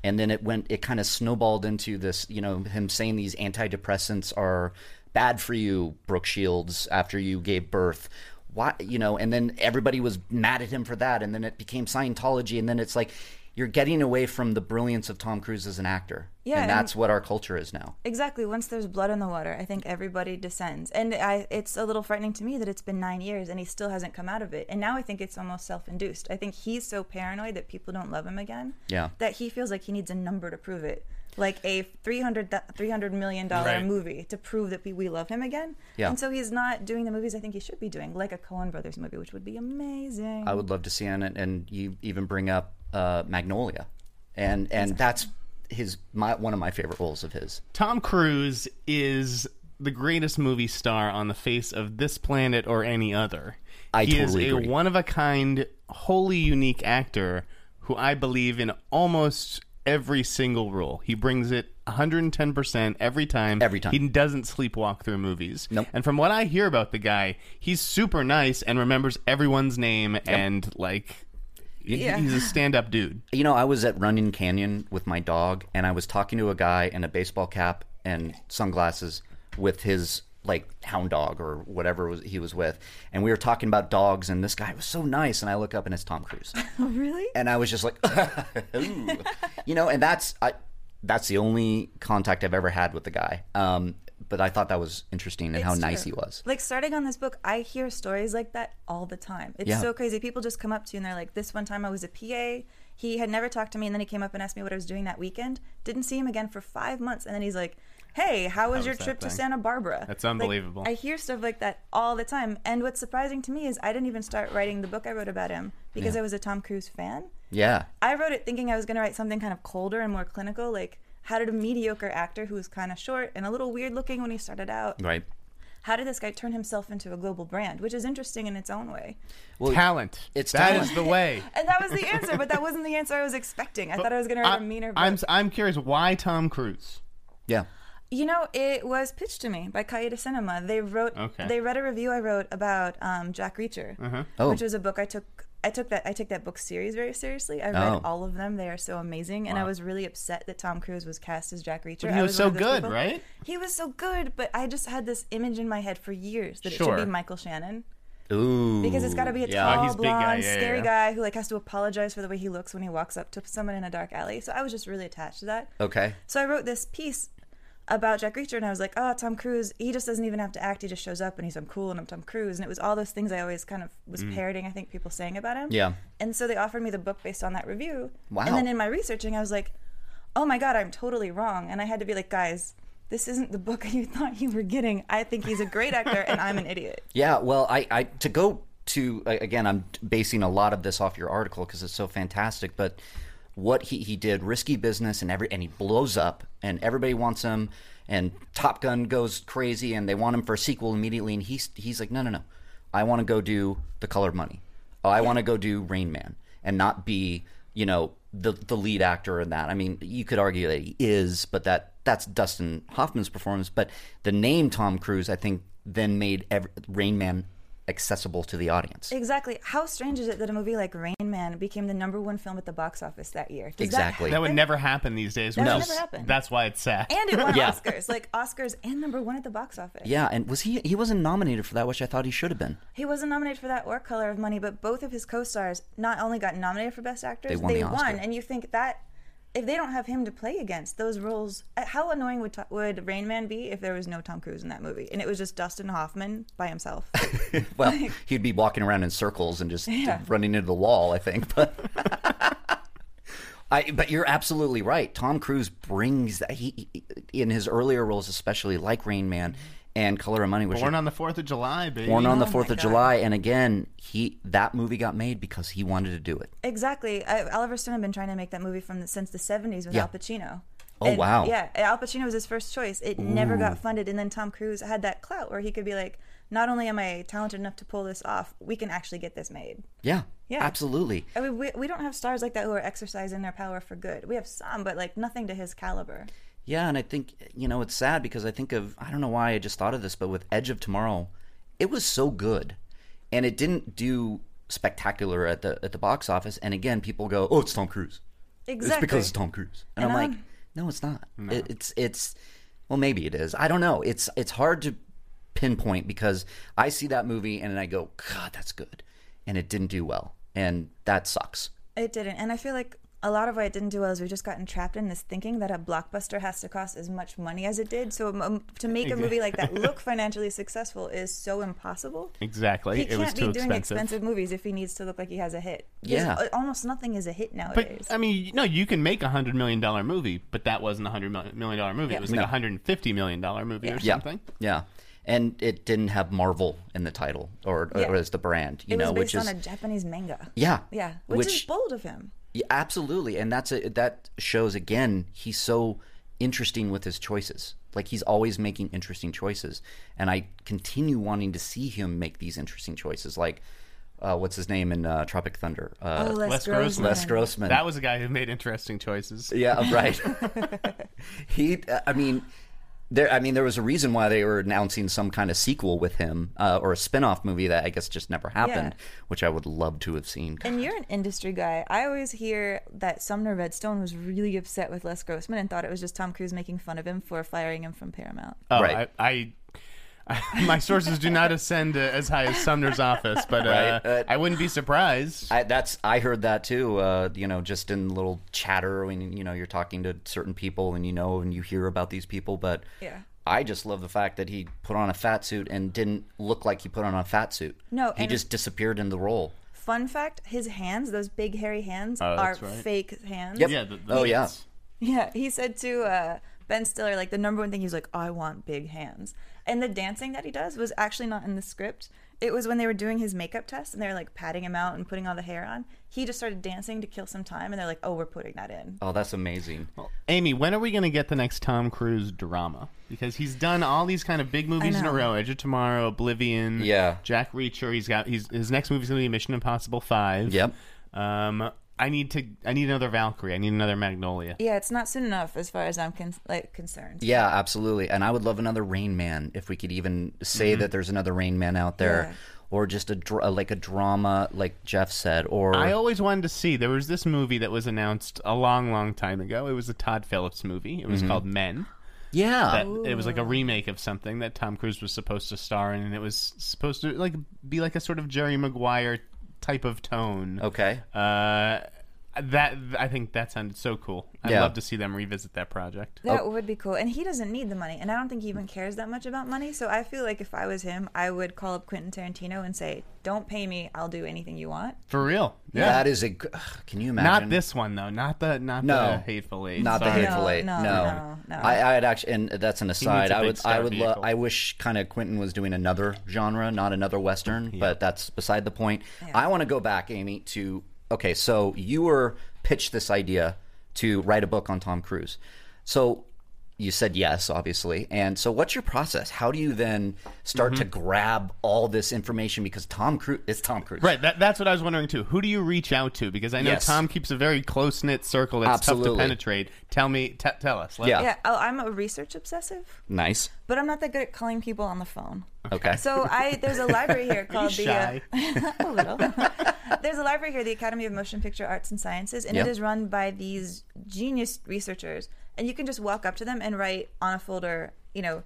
[SPEAKER 2] and then it went it kind of snowballed into this you know him saying these antidepressants are bad for you Brooke Shields after you gave birth why you know and then everybody was mad at him for that and then it became scientology and then it's like you're getting away from the brilliance of tom cruise as an actor
[SPEAKER 4] Yeah,
[SPEAKER 2] and
[SPEAKER 4] and-
[SPEAKER 2] that's what our culture is now
[SPEAKER 4] Exactly. Once there's blood in the water, I think everybody descends. And I, it's a little frightening to me that it's been nine years and he still hasn't come out of it. And now I think it's almost self induced. I think he's so paranoid that people don't love him again.
[SPEAKER 2] Yeah.
[SPEAKER 4] That he feels like he needs a number to prove it. Like a 300, th- $300 million
[SPEAKER 3] Right.
[SPEAKER 4] movie to prove that we, we love him again.
[SPEAKER 2] Yeah.
[SPEAKER 4] And so he's not doing the movies I think he should be doing, like a Coen Brothers movie, which would be amazing.
[SPEAKER 2] I would love to see on it. And you even bring up uh, Magnolia, and and that's his my one of my favorite roles of his.
[SPEAKER 3] Tom Cruise is the greatest movie star on the face of this planet or any other.
[SPEAKER 2] I
[SPEAKER 3] he
[SPEAKER 2] totally
[SPEAKER 3] is a
[SPEAKER 2] agree.
[SPEAKER 3] one of a kind, wholly unique actor who I believe in almost every single role. He brings it 110% every time.
[SPEAKER 2] Every time.
[SPEAKER 3] He doesn't sleepwalk through movies.
[SPEAKER 2] Nope.
[SPEAKER 3] And from what I hear about the guy, he's super nice and remembers everyone's name and like he's a stand-up dude.
[SPEAKER 2] You know, I was at Runyon Canyon with my dog, and I was talking to a guy in a baseball cap and sunglasses with his like hound dog or whatever was, he was with, and we were talking about dogs, and this guy was so nice, and I look up and it's Tom Cruise.
[SPEAKER 4] really?
[SPEAKER 2] and I was just like, ooh. you know, and that's I, that's the only contact I've ever had with the guy. Um, but I thought that was interesting and how
[SPEAKER 4] It's
[SPEAKER 2] nice he
[SPEAKER 4] true.
[SPEAKER 2] was.
[SPEAKER 4] Like starting on this book, I hear stories like that all the time. It's
[SPEAKER 2] Yeah.
[SPEAKER 4] so crazy. People just come up to you and they're like, "This one time I was a PA. He had never talked to me, and then he came up and asked me what I was doing that weekend. Didn't see him again for five months, and then he's like." Hey, how was your
[SPEAKER 3] that
[SPEAKER 4] trip to
[SPEAKER 3] thing?
[SPEAKER 4] Santa Barbara?
[SPEAKER 3] That's
[SPEAKER 4] Like,
[SPEAKER 3] unbelievable.
[SPEAKER 4] I hear stuff like that all the time. And what's surprising to me is I didn't even start writing the book I wrote about him because I was a Tom Cruise fan.
[SPEAKER 2] Yeah,
[SPEAKER 4] I wrote it thinking I was going to write something kind of colder and more clinical, like how did a mediocre actor who was kind of short and a little weird looking when he started out
[SPEAKER 2] right.
[SPEAKER 4] how did this guy turn himself into a global brand, which is interesting in its own way.
[SPEAKER 3] talent.
[SPEAKER 2] it's
[SPEAKER 3] That
[SPEAKER 2] talent.
[SPEAKER 3] is the way.
[SPEAKER 4] And that was the answer, but that wasn't the answer I was expecting. I thought I was going to write a meaner book.
[SPEAKER 3] I'm I'm curious why Tom Cruise.
[SPEAKER 2] Yeah,
[SPEAKER 4] you know, it was pitched to me by Calle de Cinema. They wrote,
[SPEAKER 3] Okay. Uh-huh.
[SPEAKER 4] they read a review I wrote about um, Jack Reacher, which was a book I took. I took that I took that book series very seriously. I read
[SPEAKER 2] Oh.
[SPEAKER 4] all of them. They are so amazing, and I was really upset that Tom Cruise was cast as Jack Reacher.
[SPEAKER 3] he
[SPEAKER 4] I
[SPEAKER 3] was so
[SPEAKER 4] one of those
[SPEAKER 3] good,
[SPEAKER 4] people-
[SPEAKER 3] right?
[SPEAKER 4] He was so good, but I just had this image in my head for years that it
[SPEAKER 3] Sure.
[SPEAKER 4] should be Michael Shannon.
[SPEAKER 2] ooh,
[SPEAKER 4] because it's got to be a
[SPEAKER 2] yeah.
[SPEAKER 4] tall,
[SPEAKER 3] he's a big guy,
[SPEAKER 4] blonde,
[SPEAKER 3] yeah, yeah,
[SPEAKER 4] scary
[SPEAKER 3] yeah.
[SPEAKER 4] guy who like has to apologize for the way he looks when he walks up to someone in a dark alley. So I was just really attached to that.
[SPEAKER 2] Okay,
[SPEAKER 4] So I wrote this piece about Jack Reacher, and I was like, oh, Tom Cruise, he just doesn't even have to act. He just shows up, and he's I'm cool, and I'm Tom Cruise, and it was all those things I always kind of was
[SPEAKER 3] Mm.
[SPEAKER 4] parroting. I think people saying about him.
[SPEAKER 2] Yeah.
[SPEAKER 4] And so they offered me the book based on that review.
[SPEAKER 2] Wow.
[SPEAKER 4] And then in my researching, I was like, oh my god, I'm totally wrong, and I had to be like, guys. This isn't the book you thought you were getting. I think he's a great actor, and I'm an idiot.
[SPEAKER 2] yeah. Well, I, I to go to a- again. I'm basing a lot of this off your article because it's so fantastic. But what he, he did, risky business, and every and he blows up, and everybody wants him, and Top Gun goes crazy, and they want him for a sequel immediately, and he's he's like, no, no, no, I want to go do The Color of Money. Oh, I want to go do Rain Man and not be, you know, the the lead actor in that. I mean, you could argue that he is, but that that's Dustin Hoffman's performance. But the name Tom Cruise, I think, then made ev Rain Man accessible to the audience.
[SPEAKER 4] Exactly. How strange is it that a movie like Rain Man became the number one film at the box office that year? Does
[SPEAKER 2] Exactly.
[SPEAKER 4] That
[SPEAKER 3] That
[SPEAKER 4] happen?
[SPEAKER 3] would never happen these days.
[SPEAKER 4] That
[SPEAKER 3] which
[SPEAKER 4] would
[SPEAKER 3] is-
[SPEAKER 4] never happen.
[SPEAKER 3] That's why it's sad.
[SPEAKER 4] and it won
[SPEAKER 2] Yeah.
[SPEAKER 4] Oscars, like Oscars and number one at the box office.
[SPEAKER 2] Yeah, and was he he wasn't nominated for that, which I thought he should have been.
[SPEAKER 4] He wasn't nominated for that or Color of Money, but both of his co-stars not only got nominated for Best Actors,
[SPEAKER 2] They won the Oscar.
[SPEAKER 4] And you think that if they don't have him to play against, those roles, uh, how annoying would to- would Rain Man be if there was no Tom Cruise in that movie and it was just Dustin Hoffman by himself?
[SPEAKER 2] Well, he'd be walking around in circles and just running into the wall, I think. But I, but you're absolutely right. Tom Cruise brings that he, he- in his earlier roles, especially like Rain Man and Color of Money, which
[SPEAKER 3] Born
[SPEAKER 2] are-
[SPEAKER 3] on the Fourth of July, baby.
[SPEAKER 2] born on the
[SPEAKER 4] Oh my
[SPEAKER 2] Fourth of
[SPEAKER 4] God.
[SPEAKER 2] July, and again, he that movie got made because he wanted to do it.
[SPEAKER 4] Exactly. I, Oliver Stone had been trying to make that movie from the, since the 70s with
[SPEAKER 2] Yeah.
[SPEAKER 4] Al Pacino.
[SPEAKER 2] Oh,
[SPEAKER 4] And,
[SPEAKER 2] wow.
[SPEAKER 4] Yeah, Al Pacino was his first choice. It never got funded, and then Tom Cruise had that clout where he could be like, "Not only am I talented enough to pull this off, we can actually get this made."
[SPEAKER 2] Yeah,
[SPEAKER 4] Yeah.
[SPEAKER 2] absolutely.
[SPEAKER 4] I mean, we, we don't have stars like that who are exercising their power for good. We have some, but like nothing to his caliber.
[SPEAKER 2] Yeah, and I think you know it's sad because I think of I don't know why I just thought of this, but with Edge of Tomorrow, it was so good, and it didn't do spectacular at the at the box office. And again, people go, "Oh, it's Tom Cruise."
[SPEAKER 4] Exactly.
[SPEAKER 2] It's because it's Tom Cruise, and, I'm, like, no, it's not. It, it's it's well, maybe it is. I don't know. It's it's hard to pinpoint because I see that movie and I go, God, that's good, and it didn't do well, and that sucks.
[SPEAKER 4] It didn't. And I feel like a lot of why it didn't do well is we've just gotten trapped in this thinking that a blockbuster has to cost as much money as it did. So um, to make a movie like that look financially successful is so impossible.
[SPEAKER 3] Exactly.
[SPEAKER 4] He
[SPEAKER 3] it was
[SPEAKER 4] can't be
[SPEAKER 3] too
[SPEAKER 4] doing expensive movies if he needs to look like he has a hit. 'Cause
[SPEAKER 2] Yeah.
[SPEAKER 4] a- Almost nothing is a hit nowadays.
[SPEAKER 3] But I mean, no, you can make a hundred million dollar movie, but that wasn't a hundred mil- million dollar movie. It was like a
[SPEAKER 2] No.
[SPEAKER 3] hundred and fifty million dollar movie or
[SPEAKER 2] Yeah,
[SPEAKER 3] something.
[SPEAKER 2] yeah, and it didn't have Marvel in the title or, or
[SPEAKER 4] Yeah.
[SPEAKER 2] as the brand, you
[SPEAKER 4] it was
[SPEAKER 2] know,
[SPEAKER 4] based
[SPEAKER 2] which is
[SPEAKER 4] on a Japanese manga.
[SPEAKER 2] yeah,
[SPEAKER 4] Yeah. Which, is
[SPEAKER 2] which-
[SPEAKER 4] bold of him.
[SPEAKER 2] Yeah, absolutely, and that's a, that shows again he's so interesting with his choices. Like he's always making interesting choices, and I continue wanting to see him make these interesting choices. Like, uh, what's his name in uh, Tropic Thunder? Uh,
[SPEAKER 4] Oh, Les,
[SPEAKER 3] Les
[SPEAKER 4] Grossman.
[SPEAKER 3] Grossman.
[SPEAKER 2] Les Grossman.
[SPEAKER 3] That was a guy who made interesting choices.
[SPEAKER 2] yeah, right. he, I mean. There, I mean, there was a reason why they were announcing some kind of sequel with him, uh, or a spin-off movie that I guess just never happened, which I would love to have seen.
[SPEAKER 4] And you're an industry guy. I always hear that Sumner Redstone was really upset with Les Grossman and thought it was just Tom Cruise making fun of him for firing him from Paramount.
[SPEAKER 3] Oh,
[SPEAKER 2] Right.
[SPEAKER 3] I, I, I my sources do not ascend uh, as high as Sumner's office, but uh,
[SPEAKER 2] Right, uh,
[SPEAKER 3] I wouldn't be surprised.
[SPEAKER 2] I, that's I heard that too. Uh, you know, just in little chatter when you know you're talking to certain people and you know and you hear about these people. But
[SPEAKER 4] Yeah.
[SPEAKER 2] I just love the fact that he put on a fat suit and didn't look like he put on a fat suit.
[SPEAKER 4] No,
[SPEAKER 2] he
[SPEAKER 4] and-
[SPEAKER 2] just disappeared in the role.
[SPEAKER 4] Fun fact: His hands, those big hairy hands, are
[SPEAKER 3] Oh, that's right.
[SPEAKER 4] fake hands.
[SPEAKER 2] Yep.
[SPEAKER 3] yeah. The, the,
[SPEAKER 2] oh yeah.
[SPEAKER 4] Yeah, he said to uh, Ben Stiller, like the number one thing he was like, "I want big hands," and the dancing that he does was actually not in the script. It was when they were doing his makeup test and they were like patting him out and putting all the hair on. He just started dancing to kill some time, and they're like, "Oh, we're putting that in."
[SPEAKER 2] Oh, that's amazing.
[SPEAKER 3] Amy, when are we going to get the next Tom Cruise drama? Because he's done all these kind of big movies in a
[SPEAKER 4] know.
[SPEAKER 3] row: Edge of Tomorrow, Oblivion,
[SPEAKER 2] Yeah.
[SPEAKER 3] Jack Reacher. He's got he's, his next movie's going to be Mission Impossible Five.
[SPEAKER 2] Yep.
[SPEAKER 3] Um, I need to. I need another Valkyrie. I need another Magnolia.
[SPEAKER 4] Yeah, it's not soon enough as far as I'm con- like concerned.
[SPEAKER 2] Yeah, absolutely. And I would love another Rain Man if we could even say that there's another Rain Man out there,
[SPEAKER 4] Yeah.
[SPEAKER 2] or just a dra- like a drama, like Jeff said, or
[SPEAKER 3] I always wanted to see. There was this movie that was announced a long, long time ago. It was a Todd Phillips movie. It
[SPEAKER 2] Mm-hmm.
[SPEAKER 3] was called Men.
[SPEAKER 2] yeah,
[SPEAKER 3] That it was like a remake of something that Tom Cruise was supposed to star in, and it was supposed to like be like a sort of Jerry Maguire type of tone.
[SPEAKER 2] okay.
[SPEAKER 3] Uh, that I think that sounded so cool. I'd
[SPEAKER 2] Yeah.
[SPEAKER 3] love to see them revisit that project.
[SPEAKER 4] That would be cool. And he doesn't need the money. And I don't think he even cares that much about money. So I feel like if I was him, I would call up Quentin Tarantino and say, Don't pay me. I'll do anything you want.
[SPEAKER 3] For real. Yeah.
[SPEAKER 2] That is a. g- ugh, Can you imagine?
[SPEAKER 3] not this one though. Not the not the hateful eight.
[SPEAKER 2] Not
[SPEAKER 3] Sorry.
[SPEAKER 2] the hateful
[SPEAKER 4] No,
[SPEAKER 2] eight.
[SPEAKER 4] no,
[SPEAKER 2] No,
[SPEAKER 4] no, no.
[SPEAKER 2] I, I'd actually, and that's an aside.
[SPEAKER 3] a
[SPEAKER 2] I
[SPEAKER 3] big
[SPEAKER 2] would,
[SPEAKER 3] star
[SPEAKER 2] I would, lo-
[SPEAKER 3] vehicle.
[SPEAKER 2] I wish kind of Quentin was doing another genre, not another western. But that's beside the point. I want to go back, Amy. To okay, so you were pitched this idea to write a book on Tom Cruise. So you said yes, obviously. And so, what's your process? How do you then start to
[SPEAKER 3] Mm-hmm.
[SPEAKER 2] grab all this information? Because Tom Cruise, it's Tom Cruise,
[SPEAKER 3] Right, that, that's what I was wondering too. Who do you reach out to? Because I know
[SPEAKER 2] Yes.
[SPEAKER 3] Tom keeps a very close knit circle that's tough
[SPEAKER 2] Absolutely.
[SPEAKER 3] to penetrate. Tell me, t- tell us. Let-
[SPEAKER 2] Yeah.
[SPEAKER 4] Yeah. Oh, I'm a research obsessive,
[SPEAKER 2] Nice.
[SPEAKER 4] but I'm not that good at calling people on the phone.
[SPEAKER 2] Okay.
[SPEAKER 4] So I there's a library here called the uh, a little. there's a library here, the Academy of Motion Picture Arts and Sciences, and
[SPEAKER 2] Yeah.
[SPEAKER 4] it is run by these genius researchers. And you can just walk up to them and write on a folder, you know,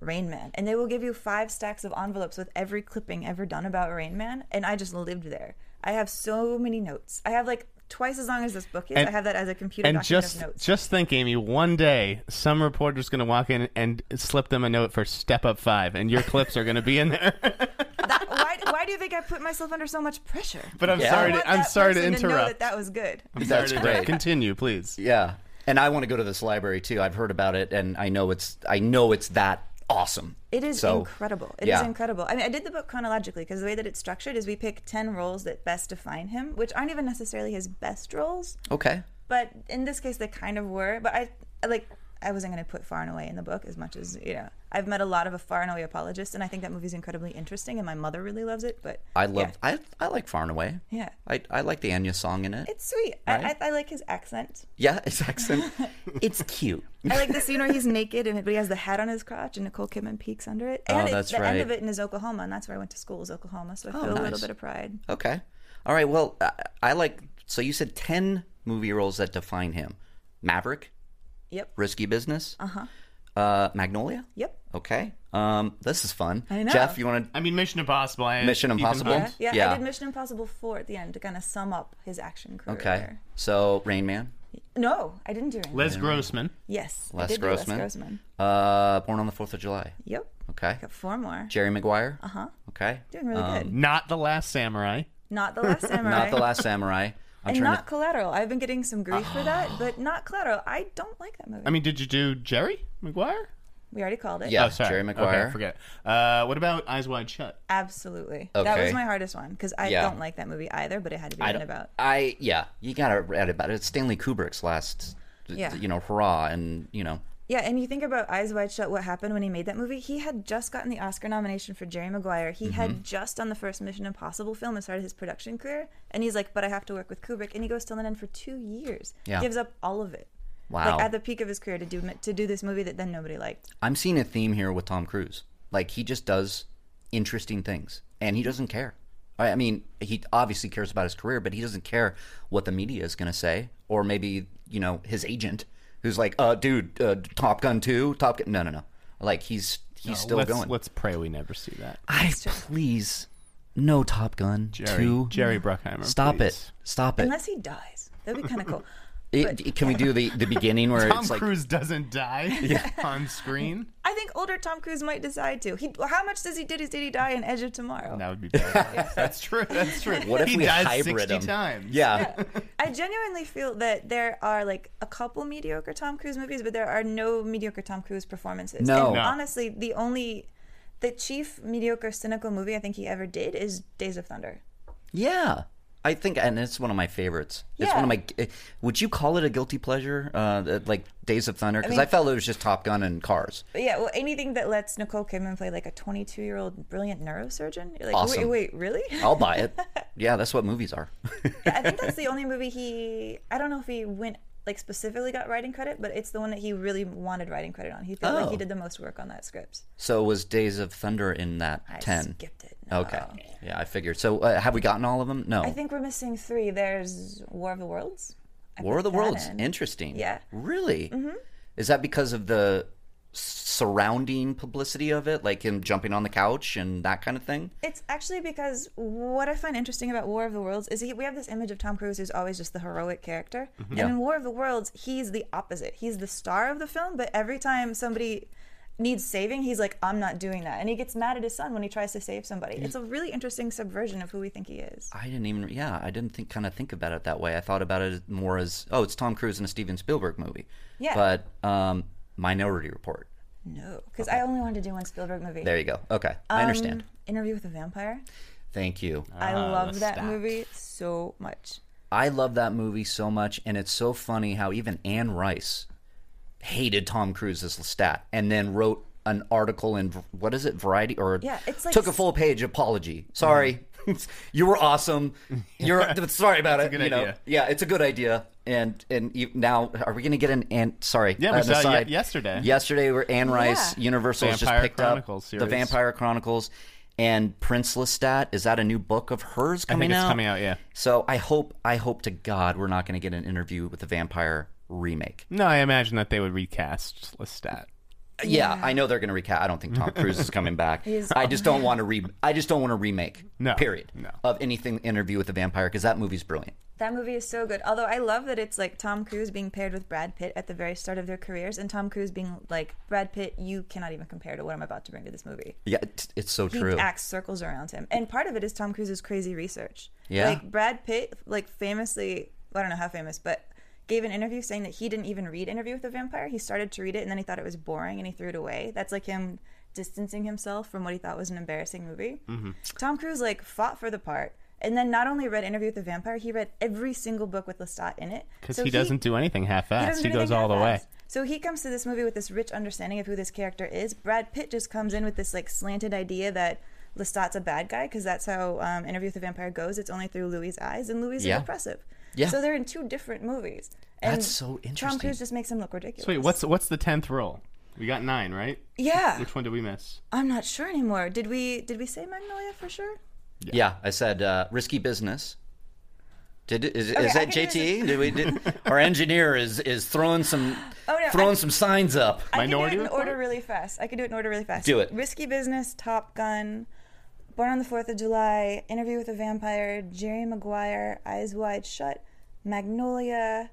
[SPEAKER 4] Rain Man, and they will give you five stacks of envelopes with every clipping ever done about Rain Man. And I just lived there. I have so many notes. I have like twice as long as this book is.
[SPEAKER 3] And-
[SPEAKER 4] I have that as a computer
[SPEAKER 3] and
[SPEAKER 4] document
[SPEAKER 3] just
[SPEAKER 4] of notes.
[SPEAKER 3] just think, Amy. One day, some reporter's going to walk in and slip them a note for Step Up Five, and your clips are going to be in there.
[SPEAKER 4] That- why, why do you think I put myself under so much pressure?
[SPEAKER 3] but I'm
[SPEAKER 2] Yeah. Um,
[SPEAKER 4] I
[SPEAKER 3] sorry.
[SPEAKER 4] want
[SPEAKER 3] To, I'm
[SPEAKER 4] that
[SPEAKER 3] sorry to
[SPEAKER 4] person
[SPEAKER 3] interrupt.
[SPEAKER 4] know that that was good.
[SPEAKER 2] That's
[SPEAKER 3] Sorry to
[SPEAKER 2] great.
[SPEAKER 3] interrupt. Continue, please.
[SPEAKER 2] Yeah, and I want to go to this library too. I've heard about it, and I know it's I know it's that awesome.
[SPEAKER 4] It is
[SPEAKER 2] So,
[SPEAKER 4] incredible. It is
[SPEAKER 2] yeah.
[SPEAKER 4] incredible. I mean, I did the book chronologically because the way that it's structured is we pick 10 roles that best define him, which aren't even necessarily his best roles,
[SPEAKER 2] Okay.
[SPEAKER 4] but in this case they kind of were. But I I like I wasn't going to put Far and Away in the book as much as, you know, I've met a lot of a Far and Away apologists and I think that movie's incredibly interesting and my mother really loves it, but
[SPEAKER 2] I love I I like Far and Away.
[SPEAKER 4] Yeah.
[SPEAKER 2] I, I like the Enya song in it.
[SPEAKER 4] it's sweet.
[SPEAKER 2] Right.
[SPEAKER 4] I, I, I like his accent.
[SPEAKER 2] yeah, his accent. it's cute.
[SPEAKER 4] I like the scene where he's naked and but he has the hat on his crotch and Nicole Kidman peeks under it. And
[SPEAKER 2] Oh,
[SPEAKER 4] it-
[SPEAKER 2] that's
[SPEAKER 4] the end
[SPEAKER 2] right.
[SPEAKER 4] of it is Oklahoma, and that's where I went to school is Oklahoma, so I feel a little
[SPEAKER 2] nice.
[SPEAKER 4] bit of pride.
[SPEAKER 2] Okay. All right. Well, I, I like. So you said ten movie roles that define him: Maverick,
[SPEAKER 4] Yep.
[SPEAKER 2] Risky Business, uh-huh. Magnolia.
[SPEAKER 4] Yep.
[SPEAKER 2] Okay. Um, this is fun.
[SPEAKER 4] I know.
[SPEAKER 2] Jeff, you want
[SPEAKER 3] I
[SPEAKER 2] to?
[SPEAKER 3] mean, Mission Impossible. I,
[SPEAKER 2] Mission
[SPEAKER 3] even
[SPEAKER 2] Impossible?
[SPEAKER 3] higher.
[SPEAKER 4] Yeah,
[SPEAKER 2] Yeah.
[SPEAKER 4] I did Mission Impossible 4 at the end to kind of sum up his action career.
[SPEAKER 2] Okay. So Rain Man,
[SPEAKER 4] No, I didn't do it.
[SPEAKER 3] Les Grossman.
[SPEAKER 4] yes. I
[SPEAKER 2] Les
[SPEAKER 4] did do
[SPEAKER 2] Grossman.
[SPEAKER 4] Les Grossman.
[SPEAKER 2] uh, Born on the Fourth of July.
[SPEAKER 4] Yep.
[SPEAKER 2] Okay.
[SPEAKER 4] Got four more.
[SPEAKER 2] Jerry Maguire. Uh
[SPEAKER 4] Uh-huh.
[SPEAKER 2] huh. Okay.
[SPEAKER 4] Doing really good.
[SPEAKER 3] Not the Last Samurai.
[SPEAKER 4] Not The Last Samurai.
[SPEAKER 2] Um, Not the Last Samurai. I'm
[SPEAKER 4] and
[SPEAKER 2] trying
[SPEAKER 4] not Collateral. I've been getting some grief for that, but not Collateral. I don't like that movie.
[SPEAKER 3] I mean, did you do Jerry Maguire?
[SPEAKER 4] we already called it.
[SPEAKER 2] Yeah.
[SPEAKER 3] Oh, sorry.
[SPEAKER 2] Uh, Jerry
[SPEAKER 3] Okay,
[SPEAKER 2] Maguire.
[SPEAKER 3] I forget. Uh, what about Eyes Wide Shut?
[SPEAKER 4] Absolutely. That was
[SPEAKER 2] Okay.
[SPEAKER 4] my hardest one because I
[SPEAKER 2] Yeah.
[SPEAKER 4] don't like that movie either, but it had to be written
[SPEAKER 2] to.
[SPEAKER 4] about.
[SPEAKER 2] I yeah. You gotta write about it. It's Stanley Kubrick's last.
[SPEAKER 4] Yeah.
[SPEAKER 2] You know, hurrah, and you know.
[SPEAKER 4] Yeah, and you think about Eyes Wide Shut, what happened when he made that movie? He had just gotten the Oscar nomination for Jerry Maguire. He
[SPEAKER 2] Mm-hmm.
[SPEAKER 4] had just done the first Mission Impossible film and started his production career. And he's like, but I have to work with Kubrick. And he goes to London for two years.
[SPEAKER 2] Yeah.
[SPEAKER 4] Gives up all of it.
[SPEAKER 2] Wow.
[SPEAKER 4] Like at the peak of his career to do to do this movie that then nobody liked.
[SPEAKER 2] I'm seeing a theme here with Tom Cruise. Like he just does interesting things, and he doesn't care. I I mean, he obviously cares about his career, but he doesn't care what the media is going to say, or maybe you know his agent, who's like, "Uh, dude, uh, Top Gun two, Top Gun." No, no, no. Like he's he's still
[SPEAKER 3] let's,
[SPEAKER 2] going.
[SPEAKER 3] Let's pray we never see that.
[SPEAKER 2] I please, no Top Gun
[SPEAKER 3] Jerry,
[SPEAKER 2] two.
[SPEAKER 3] Jerry Bruckheimer.
[SPEAKER 2] Stop
[SPEAKER 3] please.
[SPEAKER 2] it! Stop it!
[SPEAKER 4] Unless he dies. That'd be kind of cool.
[SPEAKER 2] It- can we do the the beginning where
[SPEAKER 3] Tom
[SPEAKER 2] it's like
[SPEAKER 3] Cruise doesn't die on screen.
[SPEAKER 4] I think older Tom Cruise might decide to. He, how much does he did he did he die in Edge of Tomorrow?
[SPEAKER 3] That would be bad. That's true. That's true.
[SPEAKER 2] What if
[SPEAKER 3] he
[SPEAKER 2] we
[SPEAKER 3] dies
[SPEAKER 2] hybrid
[SPEAKER 3] 60
[SPEAKER 2] him?
[SPEAKER 3] times?
[SPEAKER 2] yeah.
[SPEAKER 4] I genuinely feel that there are like a couple mediocre Tom Cruise movies, but there are no mediocre Tom Cruise performances.
[SPEAKER 2] No.
[SPEAKER 4] And
[SPEAKER 2] No.
[SPEAKER 4] honestly, the only the chief mediocre cynical movie I think he ever did is Days of Thunder.
[SPEAKER 2] Yeah. I think, and it's one of my favorites. It's one of my. eh, Would you call it a guilty pleasure? Uh, that- like Days of Thunder, because I, felt it was just Top Gun and Cars.
[SPEAKER 4] But yeah, well, anything that lets Nicole Kidman play like a 22 year old brilliant neurosurgeon, you're like,
[SPEAKER 2] Awesome. Oh.
[SPEAKER 4] wait, wait, really?
[SPEAKER 2] I'll buy it. yeah, that's what movies are.
[SPEAKER 4] I think that's the only movie he. I don't know if he went like specifically got writing credit, but it's the one that he really wanted writing credit on. He felt like
[SPEAKER 2] Oh.
[SPEAKER 4] he did the most work on that script.
[SPEAKER 2] so was Days of Thunder in that
[SPEAKER 4] I
[SPEAKER 2] ten?
[SPEAKER 4] skipped it. No.
[SPEAKER 2] Okay. Yeah, I figured. So uh, have we gotten all of them? No.
[SPEAKER 4] I think we're missing three. There's War of the Worlds. I
[SPEAKER 2] War of the
[SPEAKER 4] put that
[SPEAKER 2] Worlds.
[SPEAKER 4] in.
[SPEAKER 2] Interesting.
[SPEAKER 4] Yeah. Mm-hmm.
[SPEAKER 2] Really? Is that because of the surrounding publicity of it, like him jumping on the couch and that kind of thing?
[SPEAKER 4] It's actually because what I find interesting about War of the Worlds is he, we have this image of Tom Cruise who's always just the heroic character.
[SPEAKER 2] Mm-hmm.
[SPEAKER 4] And in War of the Worlds, he's the opposite. He's the star of the film, but every time somebody needs saving, he's like, I'm not doing that. And he gets mad at his son when he tries to save somebody. It's a really interesting subversion of who we think he is.
[SPEAKER 2] I didn't even yeah, I didn't think kind of think about it that way. I thought about it more as oh, it's Tom Cruise in a Steven Spielberg movie.
[SPEAKER 4] Yeah.
[SPEAKER 2] But um Minority Report.
[SPEAKER 4] No. Because I only wanted to do one Spielberg movie. Um,
[SPEAKER 2] There you go. Okay. I understand. Ah,
[SPEAKER 4] Interview with a Vampire.
[SPEAKER 2] Thank you.
[SPEAKER 4] I love
[SPEAKER 3] let's
[SPEAKER 4] that
[SPEAKER 3] stop.
[SPEAKER 4] movie so much.
[SPEAKER 2] I love that movie so much and it's so funny how even Anne Rice hated Tom Cruise as Lestat and then wrote an article in V- what is it Variety or
[SPEAKER 4] Yeah, it's like
[SPEAKER 2] took a
[SPEAKER 4] s-
[SPEAKER 2] full page apology. Sorry. you were awesome. You're sorry about it,
[SPEAKER 3] good
[SPEAKER 2] you know.
[SPEAKER 3] idea.
[SPEAKER 2] Yeah, it's a good idea. And and you, now are we going to get an and sorry.
[SPEAKER 3] Yeah, we
[SPEAKER 2] an
[SPEAKER 3] saw it ye-
[SPEAKER 2] aside.
[SPEAKER 3] yesterday.
[SPEAKER 2] Yesterday where Anne Rice Universal has just
[SPEAKER 3] Vampire
[SPEAKER 2] picked
[SPEAKER 3] Chronicles
[SPEAKER 2] up the
[SPEAKER 3] series.
[SPEAKER 2] Vampire Chronicles and Prince Lestat. Is that a new book of hers
[SPEAKER 3] I
[SPEAKER 2] coming
[SPEAKER 3] think it's
[SPEAKER 2] out?
[SPEAKER 3] coming out, yeah.
[SPEAKER 2] So I hope I hope to God we're not going to get an interview with the vampire remake.
[SPEAKER 3] No, I imagine that they would recast Lestat.
[SPEAKER 2] Yeah, I know they're going to recast. I don't think Tom Cruise is coming back. I just don't want to re. I just don't want to remake.
[SPEAKER 3] No,
[SPEAKER 2] Period.
[SPEAKER 3] no.
[SPEAKER 2] Of anything Interview with the Vampire because that movie's brilliant.
[SPEAKER 4] That movie is so good. Although I love that it's like Tom Cruise being paired with Brad Pitt at the very start of their careers, and Tom Cruise being like, Brad Pitt, you cannot even compare to what I'm about to bring to this movie.
[SPEAKER 2] Yeah, it's, it's so
[SPEAKER 4] He
[SPEAKER 2] true.
[SPEAKER 4] acts circles around him. And part of it is Tom Cruise's crazy research.
[SPEAKER 2] Yeah.
[SPEAKER 4] Like Brad Pitt, like famously, I don't know how famous, but gave an interview saying that he didn't even read Interview with a Vampire. He started to read it and then he thought it was boring and he threw it away. That's like him distancing himself from what he thought was an embarrassing movie.
[SPEAKER 3] Mm-hmm.
[SPEAKER 4] Tom Cruise like fought for the part. And then not only read Interview with the Vampire, he read every single book with Lestat in it.
[SPEAKER 3] Because
[SPEAKER 4] So
[SPEAKER 3] he doesn't do anything
[SPEAKER 4] he
[SPEAKER 3] half-assed.
[SPEAKER 4] doesn't
[SPEAKER 3] He,
[SPEAKER 4] do
[SPEAKER 3] goes
[SPEAKER 4] anything
[SPEAKER 3] all the way.
[SPEAKER 4] half-assed. So he comes to this movie with this rich understanding of who this character is. Brad Pitt just comes in with this like slanted idea that Lestat's a bad guy because that's how um, Interview with the Vampire goes. It's only through Louis' eyes, and Louis
[SPEAKER 2] Yeah.
[SPEAKER 4] is oppressive.
[SPEAKER 2] Yeah.
[SPEAKER 4] So they're in two different movies. And
[SPEAKER 2] That's so
[SPEAKER 4] Tom
[SPEAKER 2] interesting.
[SPEAKER 4] Cruise just makes him look ridiculous.
[SPEAKER 3] So wait, what's what's the tenth rule? We got nine, right?
[SPEAKER 4] Yeah,
[SPEAKER 3] Which one did we miss?
[SPEAKER 4] I'm not sure anymore. Did we did we say Magnolia for sure?
[SPEAKER 2] Yeah, I said uh, risky business. Did is,
[SPEAKER 4] Okay,
[SPEAKER 2] is
[SPEAKER 4] I
[SPEAKER 2] that E?
[SPEAKER 4] can do
[SPEAKER 2] JT? Did we? Did, our engineer is is throwing some
[SPEAKER 4] Oh no,
[SPEAKER 2] throwing some signs up.
[SPEAKER 4] I can do it
[SPEAKER 3] Minority
[SPEAKER 4] in
[SPEAKER 3] Report?
[SPEAKER 4] order really fast. I can do it in order really fast.
[SPEAKER 2] Do it.
[SPEAKER 4] Risky Business, Top Gun, Born on the Fourth of July, Interview with a Vampire, Jerry Maguire, Eyes Wide Shut, Magnolia,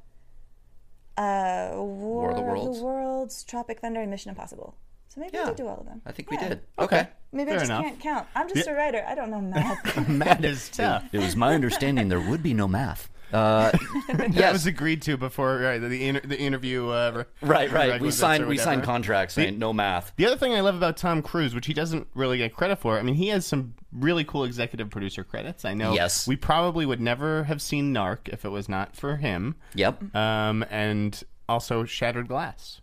[SPEAKER 4] uh, War,
[SPEAKER 2] of the Worlds.
[SPEAKER 4] Worlds, Tropic Thunder, and Mission Impossible. So maybe
[SPEAKER 2] Yeah.
[SPEAKER 4] we did do all of them.
[SPEAKER 2] I think we
[SPEAKER 4] Yeah.
[SPEAKER 2] did.
[SPEAKER 3] Okay.
[SPEAKER 4] Maybe I
[SPEAKER 3] Fair
[SPEAKER 4] just
[SPEAKER 3] enough.
[SPEAKER 4] can't count. I'm just a writer. I don't know math.
[SPEAKER 3] Matt is tough.
[SPEAKER 2] It was my understanding there would be no math. Uh,
[SPEAKER 3] That
[SPEAKER 2] yes.
[SPEAKER 3] was agreed to before right, the inter- the interview. Uh, re-
[SPEAKER 2] right, right. We
[SPEAKER 3] requisites or
[SPEAKER 2] signed we signed
[SPEAKER 3] whatever.
[SPEAKER 2] contracts saying no math.
[SPEAKER 3] The other thing I love about Tom Cruise, which he doesn't really get credit for, I mean, he has some really cool executive producer credits. I know.
[SPEAKER 2] Yes.
[SPEAKER 3] We probably would never have seen Narc if it was not for him.
[SPEAKER 2] Yep.
[SPEAKER 3] Um, and also Shattered Glass.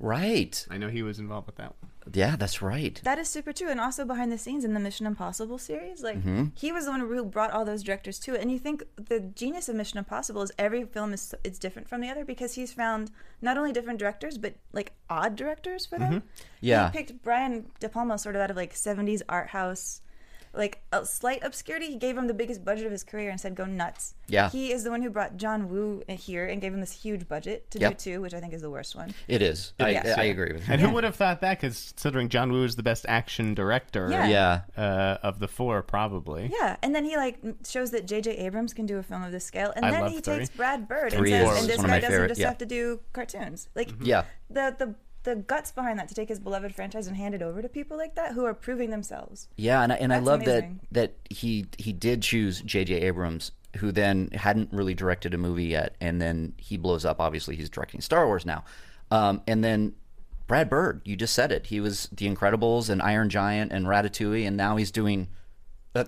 [SPEAKER 2] Right.
[SPEAKER 3] I know he was involved with that one.
[SPEAKER 2] Yeah, that's right.
[SPEAKER 4] that is super true. And also behind the scenes in the Mission Impossible series, like
[SPEAKER 2] Mm-hmm.
[SPEAKER 4] he was the one who brought all those directors to it. And you think the genius of Mission Impossible is every film is it's different from the other because he's found not only different directors but like odd directors for them.
[SPEAKER 2] Mm-hmm. Yeah.
[SPEAKER 4] he picked Brian De Palma sort of out of like '70s art house. Like a slight obscurity, he gave him the biggest budget of his career and said, "Go nuts."
[SPEAKER 2] Yeah.
[SPEAKER 4] he is the one who brought John Woo here and gave him this huge budget to
[SPEAKER 2] Yep.
[SPEAKER 4] do two, which I think is the worst one.
[SPEAKER 2] It is. I,
[SPEAKER 4] is,
[SPEAKER 2] I
[SPEAKER 4] yeah.
[SPEAKER 2] agree with you.
[SPEAKER 3] And who would have thought that? Because considering John Woo is the best action director
[SPEAKER 4] Yeah.
[SPEAKER 2] Yeah.
[SPEAKER 3] uh, of the four, probably.
[SPEAKER 4] Yeah, and then he like m- shows that J.J. Abrams can do a film of this scale, and
[SPEAKER 3] I
[SPEAKER 4] then
[SPEAKER 3] love
[SPEAKER 4] he
[SPEAKER 3] three.
[SPEAKER 4] takes Brad Bird
[SPEAKER 2] Three
[SPEAKER 4] and
[SPEAKER 2] is
[SPEAKER 4] says, "And this
[SPEAKER 2] one of my
[SPEAKER 4] guy doesn't
[SPEAKER 2] favorite,
[SPEAKER 4] just
[SPEAKER 2] yeah. Mm-hmm.
[SPEAKER 4] have to do cartoons." Like,
[SPEAKER 2] Yeah.
[SPEAKER 4] the the the guts behind that to take his beloved franchise and hand it over to people like that who are proving themselves.
[SPEAKER 2] Yeah, and I, and I love
[SPEAKER 4] amazing.
[SPEAKER 2] that that he he did choose J.J. Abrams, who then hadn't really directed a movie yet, and then he blows up. Obviously, he's directing Star Wars now, um, and then Brad Bird. You just said it. He was The Incredibles and Iron Giant and Ratatouille, and now he's doing uh,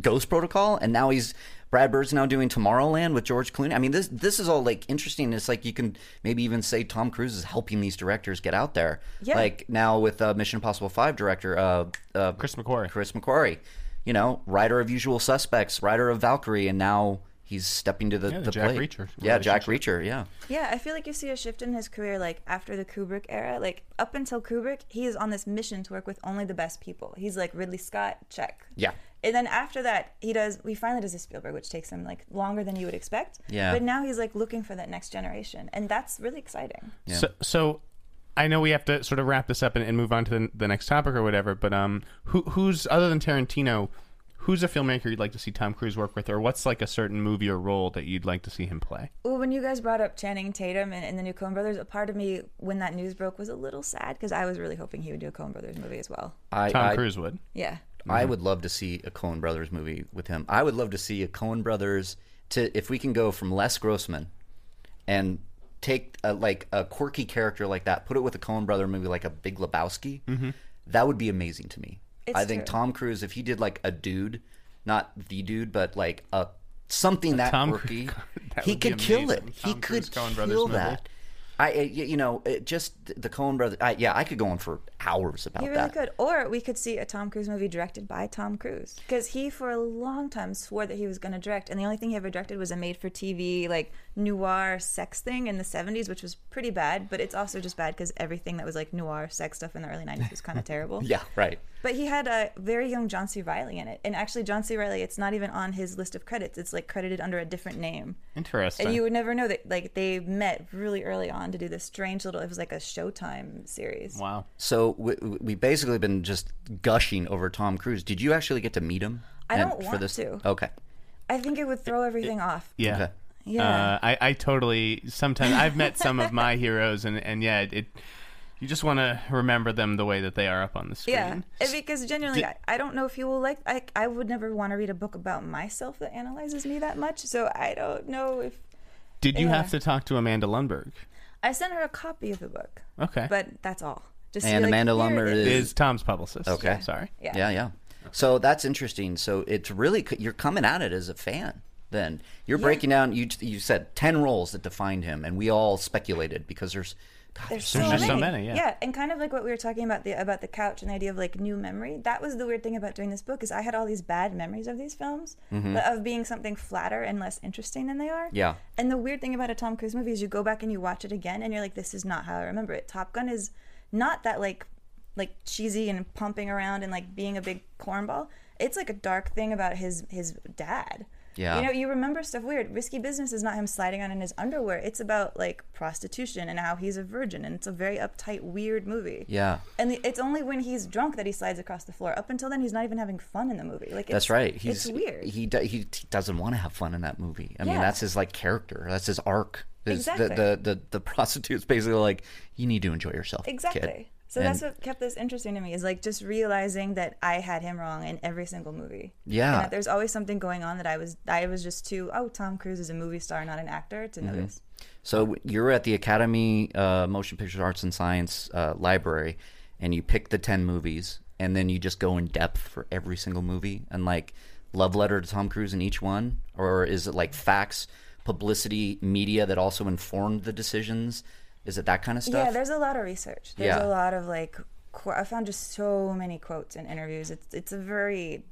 [SPEAKER 2] Ghost Protocol, and now he's Brad Bird's now doing Tomorrowland with George Clooney. I mean, this this is all like interesting. It's like you can maybe even say Tom Cruise is helping these directors get out there.
[SPEAKER 4] Yeah.
[SPEAKER 2] Like now with uh, Mission Impossible Five director uh, uh,
[SPEAKER 3] Chris McQuarrie.
[SPEAKER 2] Chris McQuarrie, you know, writer of Usual Suspects, writer of Valkyrie, and now he's stepping to the,
[SPEAKER 3] the
[SPEAKER 2] the
[SPEAKER 3] Jack
[SPEAKER 2] plate.
[SPEAKER 3] Reacher
[SPEAKER 2] Yeah, Jack Reacher. Yeah,
[SPEAKER 4] Yeah, I feel like you see a shift in his career, like after the Kubrick era. Like up until Kubrick, he is on this mission to work with only the best people. He's like Ridley Scott, check.
[SPEAKER 2] Yeah.
[SPEAKER 4] And then after that, he does. He finally does a Spielberg, which takes him like longer than you would expect.
[SPEAKER 2] Yeah.
[SPEAKER 4] But now he's like looking for that next generation, and that's really exciting.
[SPEAKER 3] So, so I know we have to sort of wrap this up and, and move on to the, the next topic or whatever. But um, who, who's other than Tarantino? Who's a filmmaker you'd like to see Tom Cruise work with, or what's like a certain movie or role that you'd like to see him play?
[SPEAKER 4] Well, when you guys brought up Channing Tatum and, and the new Coen Brothers, a part of me when that news broke was a little sad because I was really hoping he would do a Coen Brothers movie as well.
[SPEAKER 2] I
[SPEAKER 3] Tom
[SPEAKER 2] I,
[SPEAKER 3] Cruise would.
[SPEAKER 4] Yeah.
[SPEAKER 3] Mm-hmm.
[SPEAKER 2] I would love to see a Coen Brothers movie with him. I would love to see a Coen Brothers to if we can go from Les Grossman and take a, like a quirky character like that, put it with a Coen Brother movie like a Big Lebowski.
[SPEAKER 3] Mm-hmm.
[SPEAKER 2] That would be amazing to me. I think
[SPEAKER 4] true.
[SPEAKER 2] Tom Cruise if he did like a dude, not the dude, but like a something that
[SPEAKER 3] Tom
[SPEAKER 2] quirky,
[SPEAKER 3] Cruise- that
[SPEAKER 2] he
[SPEAKER 3] would be
[SPEAKER 2] could kill it.
[SPEAKER 3] amazing.
[SPEAKER 2] he
[SPEAKER 3] Tom Cruise
[SPEAKER 2] could
[SPEAKER 3] Coen Brothers
[SPEAKER 2] kill
[SPEAKER 3] movie.
[SPEAKER 2] that. I, I- y- you know, it just the Coen Brothers. I, yeah, I could go on for hours about
[SPEAKER 4] He really
[SPEAKER 2] that.
[SPEAKER 4] could. Or we could see a Tom Cruise movie directed by Tom Cruise. Because he, for a long time, swore that he was going to direct. And the only thing he ever directed was a made for TV, like noir sex thing in the 70s, which was pretty bad. But it's also just bad because everything that was like noir sex stuff in the early 90s was kind of terrible.
[SPEAKER 2] Yeah, right.
[SPEAKER 4] But he had a very young John C. Riley in it. And actually, John C. Riley, it's not even on his list of credits, it's like credited under a different name.
[SPEAKER 3] Interesting.
[SPEAKER 4] And you would never know that, like, they met really early on to do this strange little, it was like a Showtime series.
[SPEAKER 3] wow.
[SPEAKER 2] So we, we basically been just gushing over Tom Cruise. Did you actually get to meet him?
[SPEAKER 4] I
[SPEAKER 2] and-
[SPEAKER 4] don't want to.
[SPEAKER 2] Okay.
[SPEAKER 4] I think it would throw everything off.
[SPEAKER 3] Yeah.
[SPEAKER 2] Okay.
[SPEAKER 4] Yeah.
[SPEAKER 3] Uh, I, I totally. Sometimes I've met some of my heroes, and and yeah, it. it you just want to remember them the way that they are up on the screen.
[SPEAKER 4] Yeah, and because genuinely, I, I don't know if you will like. I I would never want to read a book about myself that analyzes me that much. So I don't know if
[SPEAKER 3] Did you
[SPEAKER 4] Yeah.
[SPEAKER 3] have to talk to Amanda Lundberg?
[SPEAKER 4] I sent her a copy of the book,
[SPEAKER 3] Okay.
[SPEAKER 4] but that's all. Just to
[SPEAKER 2] And
[SPEAKER 4] be like,
[SPEAKER 2] Amanda
[SPEAKER 4] "Here
[SPEAKER 2] Lumber
[SPEAKER 4] it
[SPEAKER 2] is-
[SPEAKER 3] is Tom's publicist.
[SPEAKER 2] Okay.
[SPEAKER 3] Sorry.
[SPEAKER 4] Yeah.
[SPEAKER 2] Yeah, yeah. So that's interesting. So it's really you're coming at it as a fan. Then you're breaking down. You you said ten roles that defined him, and we all speculated because there's God,
[SPEAKER 4] There's so,
[SPEAKER 2] so
[SPEAKER 3] just
[SPEAKER 4] many.
[SPEAKER 3] so many, yeah.
[SPEAKER 4] and kind of like what we were talking about the about the couch and the idea of like new memory. That was the weird thing about doing this book is I had all these bad memories of these films, but of being something flatter and less interesting than they are.
[SPEAKER 2] Yeah.
[SPEAKER 4] And the weird thing about a Tom Cruise movie is you go back and you watch it again and you're like, this is not how I remember it. Top Gun is not that like like cheesy and pumping around and like being a big cornball. It's like a dark thing about his his dad.
[SPEAKER 2] Yeah.
[SPEAKER 4] You know, you remember stuff weird. Risky Business is not him sliding on in his underwear. It's about like prostitution and how he's a virgin, and it's a very uptight, weird movie.
[SPEAKER 2] Yeah.
[SPEAKER 4] And the- it's only when he's drunk that he slides across the floor. Up until then, he's not even having fun in the movie. Like it's,
[SPEAKER 2] That's right. He's
[SPEAKER 4] it's weird.
[SPEAKER 2] He do- he t- doesn't want to have fun in that movie. I mean,
[SPEAKER 4] Yeah.
[SPEAKER 2] that's his like character. That's his arc. Is the-
[SPEAKER 4] Exactly.
[SPEAKER 2] The, the the prostitute's basically like, you need to enjoy yourself. kid."
[SPEAKER 4] exactly. So that's
[SPEAKER 2] And-
[SPEAKER 4] what kept this interesting to me is like just realizing that I had him wrong in every single movie.
[SPEAKER 2] Yeah.
[SPEAKER 4] And that there's always something going on that I was I was just too oh Tom Cruise is a movie star not an actor to
[SPEAKER 2] Mm-hmm.
[SPEAKER 4] notice.
[SPEAKER 2] So you're at the Academy uh, Motion Picture Arts and Science uh, Library, and you pick the ten movies, and then you just go in depth for every single movie, and like love letter to Tom Cruise in each one, or is it like facts, publicity, media that also informed the decisions? Is it that kind of stuff?
[SPEAKER 4] Yeah, there's a lot of research. There's
[SPEAKER 2] Yeah.
[SPEAKER 4] a lot of like qu- I found just so many quotes and interviews. It's it's a very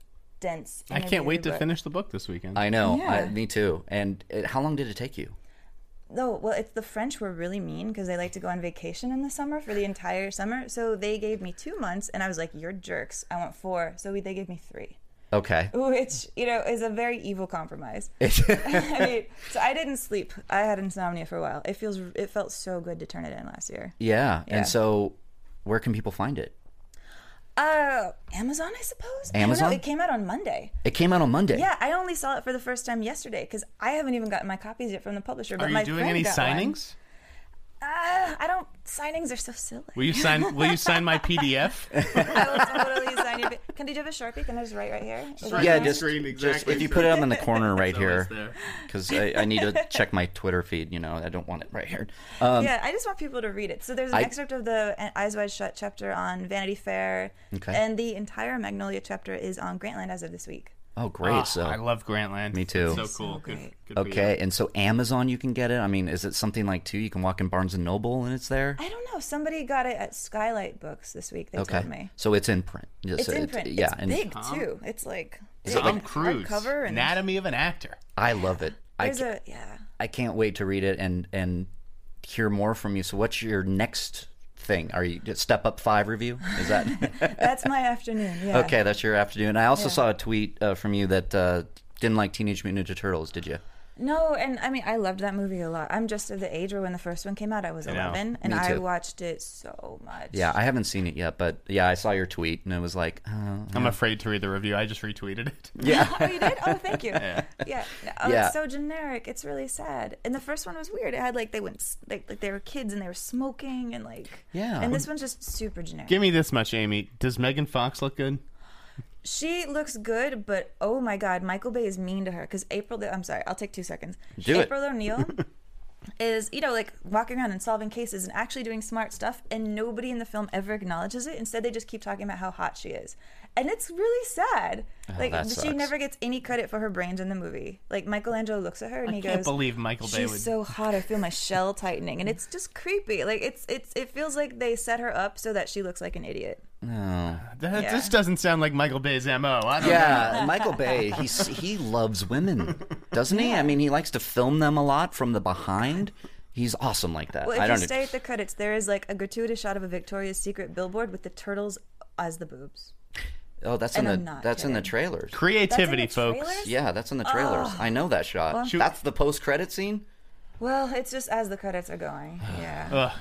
[SPEAKER 4] dense.
[SPEAKER 3] I can't wait to
[SPEAKER 4] interview book.
[SPEAKER 3] finish the book this weekend.
[SPEAKER 2] I know. I,
[SPEAKER 4] Yeah.
[SPEAKER 2] me too. And it, how long did it take you?
[SPEAKER 4] No, well, it's the French were really mean because they like to go on vacation in the summer for the entire summer. So they gave me two months, and I was like, "You're jerks." I want four, so we, they gave me three,
[SPEAKER 2] Okay.
[SPEAKER 4] which you know is a very evil compromise. I mean, so I didn't sleep. I had insomnia for a while. It feels it felt so good to turn it in last year.
[SPEAKER 2] Yeah.
[SPEAKER 4] Yeah.
[SPEAKER 2] And so, where can people find it?
[SPEAKER 4] Uh, Amazon, I suppose. I don't know.
[SPEAKER 2] Amazon?
[SPEAKER 4] It came out on Monday.
[SPEAKER 2] It came out on Monday.
[SPEAKER 4] Yeah, I only saw it for the first time yesterday because I haven't even gotten my copies yet from the publisher. But
[SPEAKER 3] Are you
[SPEAKER 4] my
[SPEAKER 3] doing
[SPEAKER 4] friend
[SPEAKER 3] any
[SPEAKER 4] got one.
[SPEAKER 3] signings?
[SPEAKER 4] Uh, I don't. Signings are so silly.
[SPEAKER 3] Will you sign? Will you sign my PDF?
[SPEAKER 4] I will totally sign your. pa- Can do you have a sharpie? Can I just write right here? Is that-
[SPEAKER 2] Yeah,
[SPEAKER 3] on the
[SPEAKER 2] just,
[SPEAKER 3] screen,
[SPEAKER 2] just
[SPEAKER 3] exactly.
[SPEAKER 2] if you put it up in the corner right
[SPEAKER 3] always
[SPEAKER 2] here,
[SPEAKER 3] there.
[SPEAKER 2] because I, I need to check my Twitter feed. You know, I don't want it right here. Um,
[SPEAKER 4] yeah, I just want people to read it. So there's an
[SPEAKER 2] I-
[SPEAKER 4] excerpt of the uh, Eyes Wide Shut chapter on Vanity Fair,
[SPEAKER 2] Okay.
[SPEAKER 4] and the entire Magnolia chapter is on Grantland as of this week.
[SPEAKER 2] Oh, great!
[SPEAKER 3] Ah,
[SPEAKER 2] so
[SPEAKER 3] I love Grantland.
[SPEAKER 2] Me too.
[SPEAKER 3] That's so cool. Good, good for you.
[SPEAKER 2] okay, and so Amazon, you can get it. I mean, is it something like too? You can walk in Barnes and Noble and it's there.
[SPEAKER 4] I don't know. Somebody got it at Skylight Books this week. They
[SPEAKER 2] Okay,
[SPEAKER 4] told me.
[SPEAKER 2] so it's in print. Just-
[SPEAKER 4] It's in print.
[SPEAKER 2] Yeah,
[SPEAKER 4] it's
[SPEAKER 2] and
[SPEAKER 4] big too. It's like big
[SPEAKER 3] Tom Cruise.
[SPEAKER 4] hardcover and
[SPEAKER 3] Anatomy of an Actor.
[SPEAKER 2] I love it. I
[SPEAKER 4] there's
[SPEAKER 2] ca-
[SPEAKER 4] a yeah.
[SPEAKER 2] I can't wait to read it and and hear more from you. So, what's your next thing? Are you step up five review? Is that
[SPEAKER 4] That's my afternoon. Yeah.
[SPEAKER 2] okay? That's your afternoon. I also saw a tweet uh, from you that uh, didn't like Teenage Mutant Ninja Turtles. Did you?
[SPEAKER 4] No, and I mean, I loved that movie a lot. I'm just of the age where when the first one came out, I was 11, and
[SPEAKER 2] Me
[SPEAKER 4] I
[SPEAKER 2] too.
[SPEAKER 4] watched it so much.
[SPEAKER 2] Yeah, I haven't seen it yet, but yeah, I saw your tweet and it was like, oh,
[SPEAKER 3] I'm afraid to read the review. I just retweeted it.
[SPEAKER 4] oh, you did? Oh, thank you. Yeah. Oh,
[SPEAKER 2] Yeah.
[SPEAKER 4] it's so generic. It's really sad. And the first one was weird. It had like they went like like they were kids and they were smoking and like
[SPEAKER 2] Yeah.
[SPEAKER 4] And this one's just super generic.
[SPEAKER 3] Give me this much, Amy. Does Megan Fox look good?
[SPEAKER 4] She looks good, but oh my god, Michael Bay is mean to her because April. I'm sorry, I'll take two seconds.
[SPEAKER 2] Do it.
[SPEAKER 4] April O'Neil is you know like walking around and solving cases and actually doing smart stuff, and nobody in the film ever acknowledges it. Instead, they just keep talking about how hot she is, and it's really sad. like
[SPEAKER 2] Oh, that
[SPEAKER 4] she
[SPEAKER 2] sucks.
[SPEAKER 4] never gets any credit for her brains in the movie. Like Michelangelo looks at her and he
[SPEAKER 3] can't
[SPEAKER 4] goes,
[SPEAKER 3] believe Michael Bay
[SPEAKER 4] She's
[SPEAKER 3] would-
[SPEAKER 4] so hot. I feel my shell tightening, and it's just creepy. Like it's it's it feels like they set her up so that she looks like an idiot.
[SPEAKER 3] That
[SPEAKER 4] Yeah.
[SPEAKER 3] just doesn't sound like Michael Bay's mo. I don't
[SPEAKER 2] yeah, Michael Bay, he s- he loves women, doesn't he? I mean, he likes to film them a lot from the behind. He's awesome like that.
[SPEAKER 4] Well, if
[SPEAKER 2] I
[SPEAKER 4] you
[SPEAKER 2] don't e-,
[SPEAKER 4] stay at the credits, there is like a gratuitous shot of a Victoria's Secret billboard with the turtles as the boobs.
[SPEAKER 2] Oh, that's in
[SPEAKER 4] and I'm
[SPEAKER 2] the
[SPEAKER 4] not
[SPEAKER 2] that's in the
[SPEAKER 4] kidding.
[SPEAKER 2] trailers.
[SPEAKER 3] Creativity,
[SPEAKER 4] That's in the
[SPEAKER 3] folks.
[SPEAKER 4] trailers?
[SPEAKER 2] Yeah, that's in the trailers. I know that shot. that's the post credit scene.
[SPEAKER 4] Well, it's just as the credits are going. Yeah.
[SPEAKER 3] Ugh.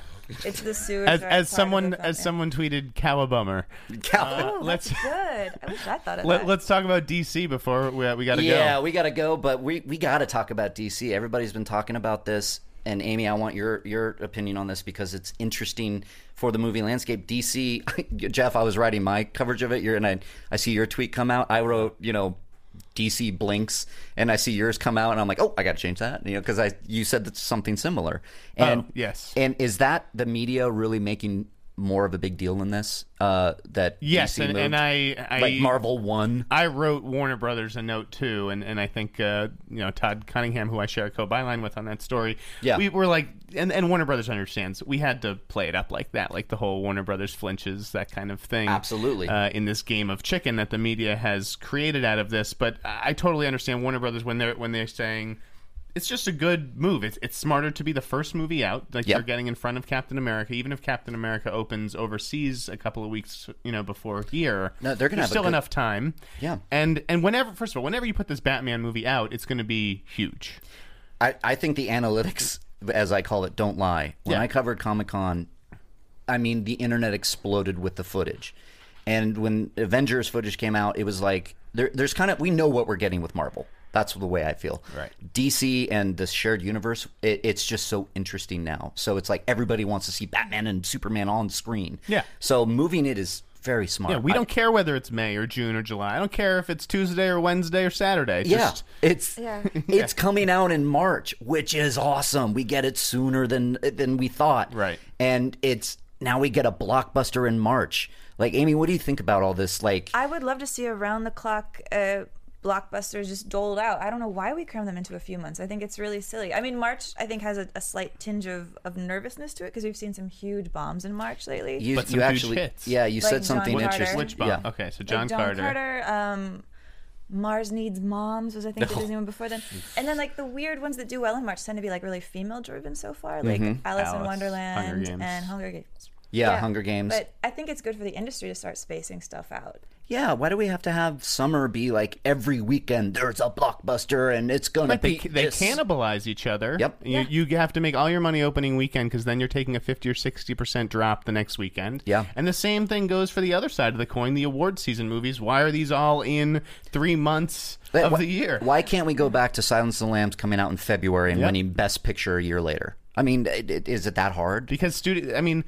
[SPEAKER 4] It's the sewers.
[SPEAKER 3] As,
[SPEAKER 4] are part of
[SPEAKER 3] as
[SPEAKER 4] the
[SPEAKER 3] someone
[SPEAKER 4] film,
[SPEAKER 3] as
[SPEAKER 4] yeah.
[SPEAKER 3] someone tweeted, cow a bummer.
[SPEAKER 4] Oh,
[SPEAKER 3] let's-
[SPEAKER 4] that's good. I wish I thought of
[SPEAKER 3] Let,
[SPEAKER 4] that.
[SPEAKER 3] let's talk about DC before we, we gotta
[SPEAKER 2] Yeah,
[SPEAKER 3] go.
[SPEAKER 2] we gotta go, but we we gotta talk about DC. Everybody's been talking about this, and Amy, I want your your opinion on this because it's interesting for the movie landscape. DC, Jeff, I was writing my coverage of it, your, and I I see your tweet come out. I wrote, you know. DC blinks, and I see yours come out, and I'm like, oh, I got to change that, you know, because I you said that's something similar. And
[SPEAKER 3] Oh, yes.
[SPEAKER 2] and is that the media really making more of a big deal in this? Uh, that
[SPEAKER 3] Yes,
[SPEAKER 2] DC
[SPEAKER 3] and,
[SPEAKER 2] moved?
[SPEAKER 3] and I, I
[SPEAKER 2] like Marvel won.
[SPEAKER 3] I wrote Warner Brothers a note too, and, and I think uh, you know Todd Cunningham, who I share a co-byline with on that story.
[SPEAKER 2] Yeah.
[SPEAKER 3] we were like, and, and Warner Brothers understands. We had to play it up like that, like the whole Warner Brothers flinches, that kind of thing.
[SPEAKER 2] Absolutely.
[SPEAKER 3] uh, in this game of chicken that the media has created out of this. But I I totally understand Warner Brothers when they're when they're saying it's just a good move. It's it's smarter to be the first movie out. Like
[SPEAKER 2] Yep.
[SPEAKER 3] you're getting in front of Captain America, even if Captain America opens overseas a couple of weeks, you know, before here.
[SPEAKER 2] No, they're gonna have
[SPEAKER 3] there's
[SPEAKER 2] a
[SPEAKER 3] still
[SPEAKER 2] good-
[SPEAKER 3] enough time.
[SPEAKER 2] Yeah.
[SPEAKER 3] and and whenever, first of all, whenever you put this Batman movie out, it's going to be huge.
[SPEAKER 2] I, I think the analytics, as I call it, don't lie. When
[SPEAKER 3] Yeah.
[SPEAKER 2] I covered Comic Con, I mean, the internet exploded with the footage. And when Avengers footage came out, it was like, there, there's kind of, we know what we're getting with Marvel. That's the way I feel.
[SPEAKER 3] Right.
[SPEAKER 2] DC and the shared universe, it, it's just so interesting now. So it's like everybody wants to see Batman and Superman on screen.
[SPEAKER 3] Yeah.
[SPEAKER 2] So moving it is very smart.
[SPEAKER 3] Yeah, we
[SPEAKER 2] I-
[SPEAKER 3] don't care whether it's May or June or July. I don't care if it's Tuesday or Wednesday or Saturday.
[SPEAKER 2] Yeah,
[SPEAKER 3] Just,
[SPEAKER 2] it's
[SPEAKER 4] Yeah.
[SPEAKER 2] it's coming out in March, which is awesome. We get it sooner than than we thought.
[SPEAKER 3] Right.
[SPEAKER 2] and it's now we get a blockbuster in March. Like Amy, what do you think about all this? Like,
[SPEAKER 4] I would love to see around the clock uh, blockbusters just doled out. I don't know why we cram them into a few months. I think it's really silly. I mean, March I think has a, a slight tinge of, of nervousness to it because we've seen some huge bombs in March lately.
[SPEAKER 2] you
[SPEAKER 3] But some
[SPEAKER 2] you
[SPEAKER 3] huge
[SPEAKER 2] actually
[SPEAKER 3] hits.
[SPEAKER 2] yeah, you
[SPEAKER 4] Like
[SPEAKER 2] said something
[SPEAKER 4] John Carter.
[SPEAKER 2] interesting.
[SPEAKER 3] Which bomb?
[SPEAKER 2] Yeah.
[SPEAKER 3] Okay, so
[SPEAKER 4] Like
[SPEAKER 3] John,
[SPEAKER 4] Carter. um, Mars Needs Moms was I think the Disney one before then, and then like the weird ones that do well in March tend to be like really female driven so far, like Alice, in
[SPEAKER 3] Alice,
[SPEAKER 4] Wonderland
[SPEAKER 3] Hunger Games.
[SPEAKER 4] and Hunger Games.
[SPEAKER 2] Yeah, Hunger Games.
[SPEAKER 4] But I think it's good for the industry to start spacing stuff out.
[SPEAKER 2] yeah, why do we have to have summer be like every weekend? There's a blockbuster, and it's gonna
[SPEAKER 3] Like they,
[SPEAKER 2] be
[SPEAKER 3] they
[SPEAKER 2] this.
[SPEAKER 3] cannibalize each other.
[SPEAKER 2] Yep.
[SPEAKER 3] You, you have to make all your money opening weekend because then you're taking a 50 or 60% drop the next weekend.
[SPEAKER 2] Yeah.
[SPEAKER 3] And the same thing goes for the other side of the coin, the award season movies. Why are these all in three months
[SPEAKER 2] But
[SPEAKER 3] of
[SPEAKER 2] wh-
[SPEAKER 3] the year?
[SPEAKER 2] Why can't we go back to Silence of the Lambs coming out in February and
[SPEAKER 3] Yep.
[SPEAKER 2] winning Best Picture a year later? I mean, i- i- is it that hard?
[SPEAKER 3] Because studio, I mean,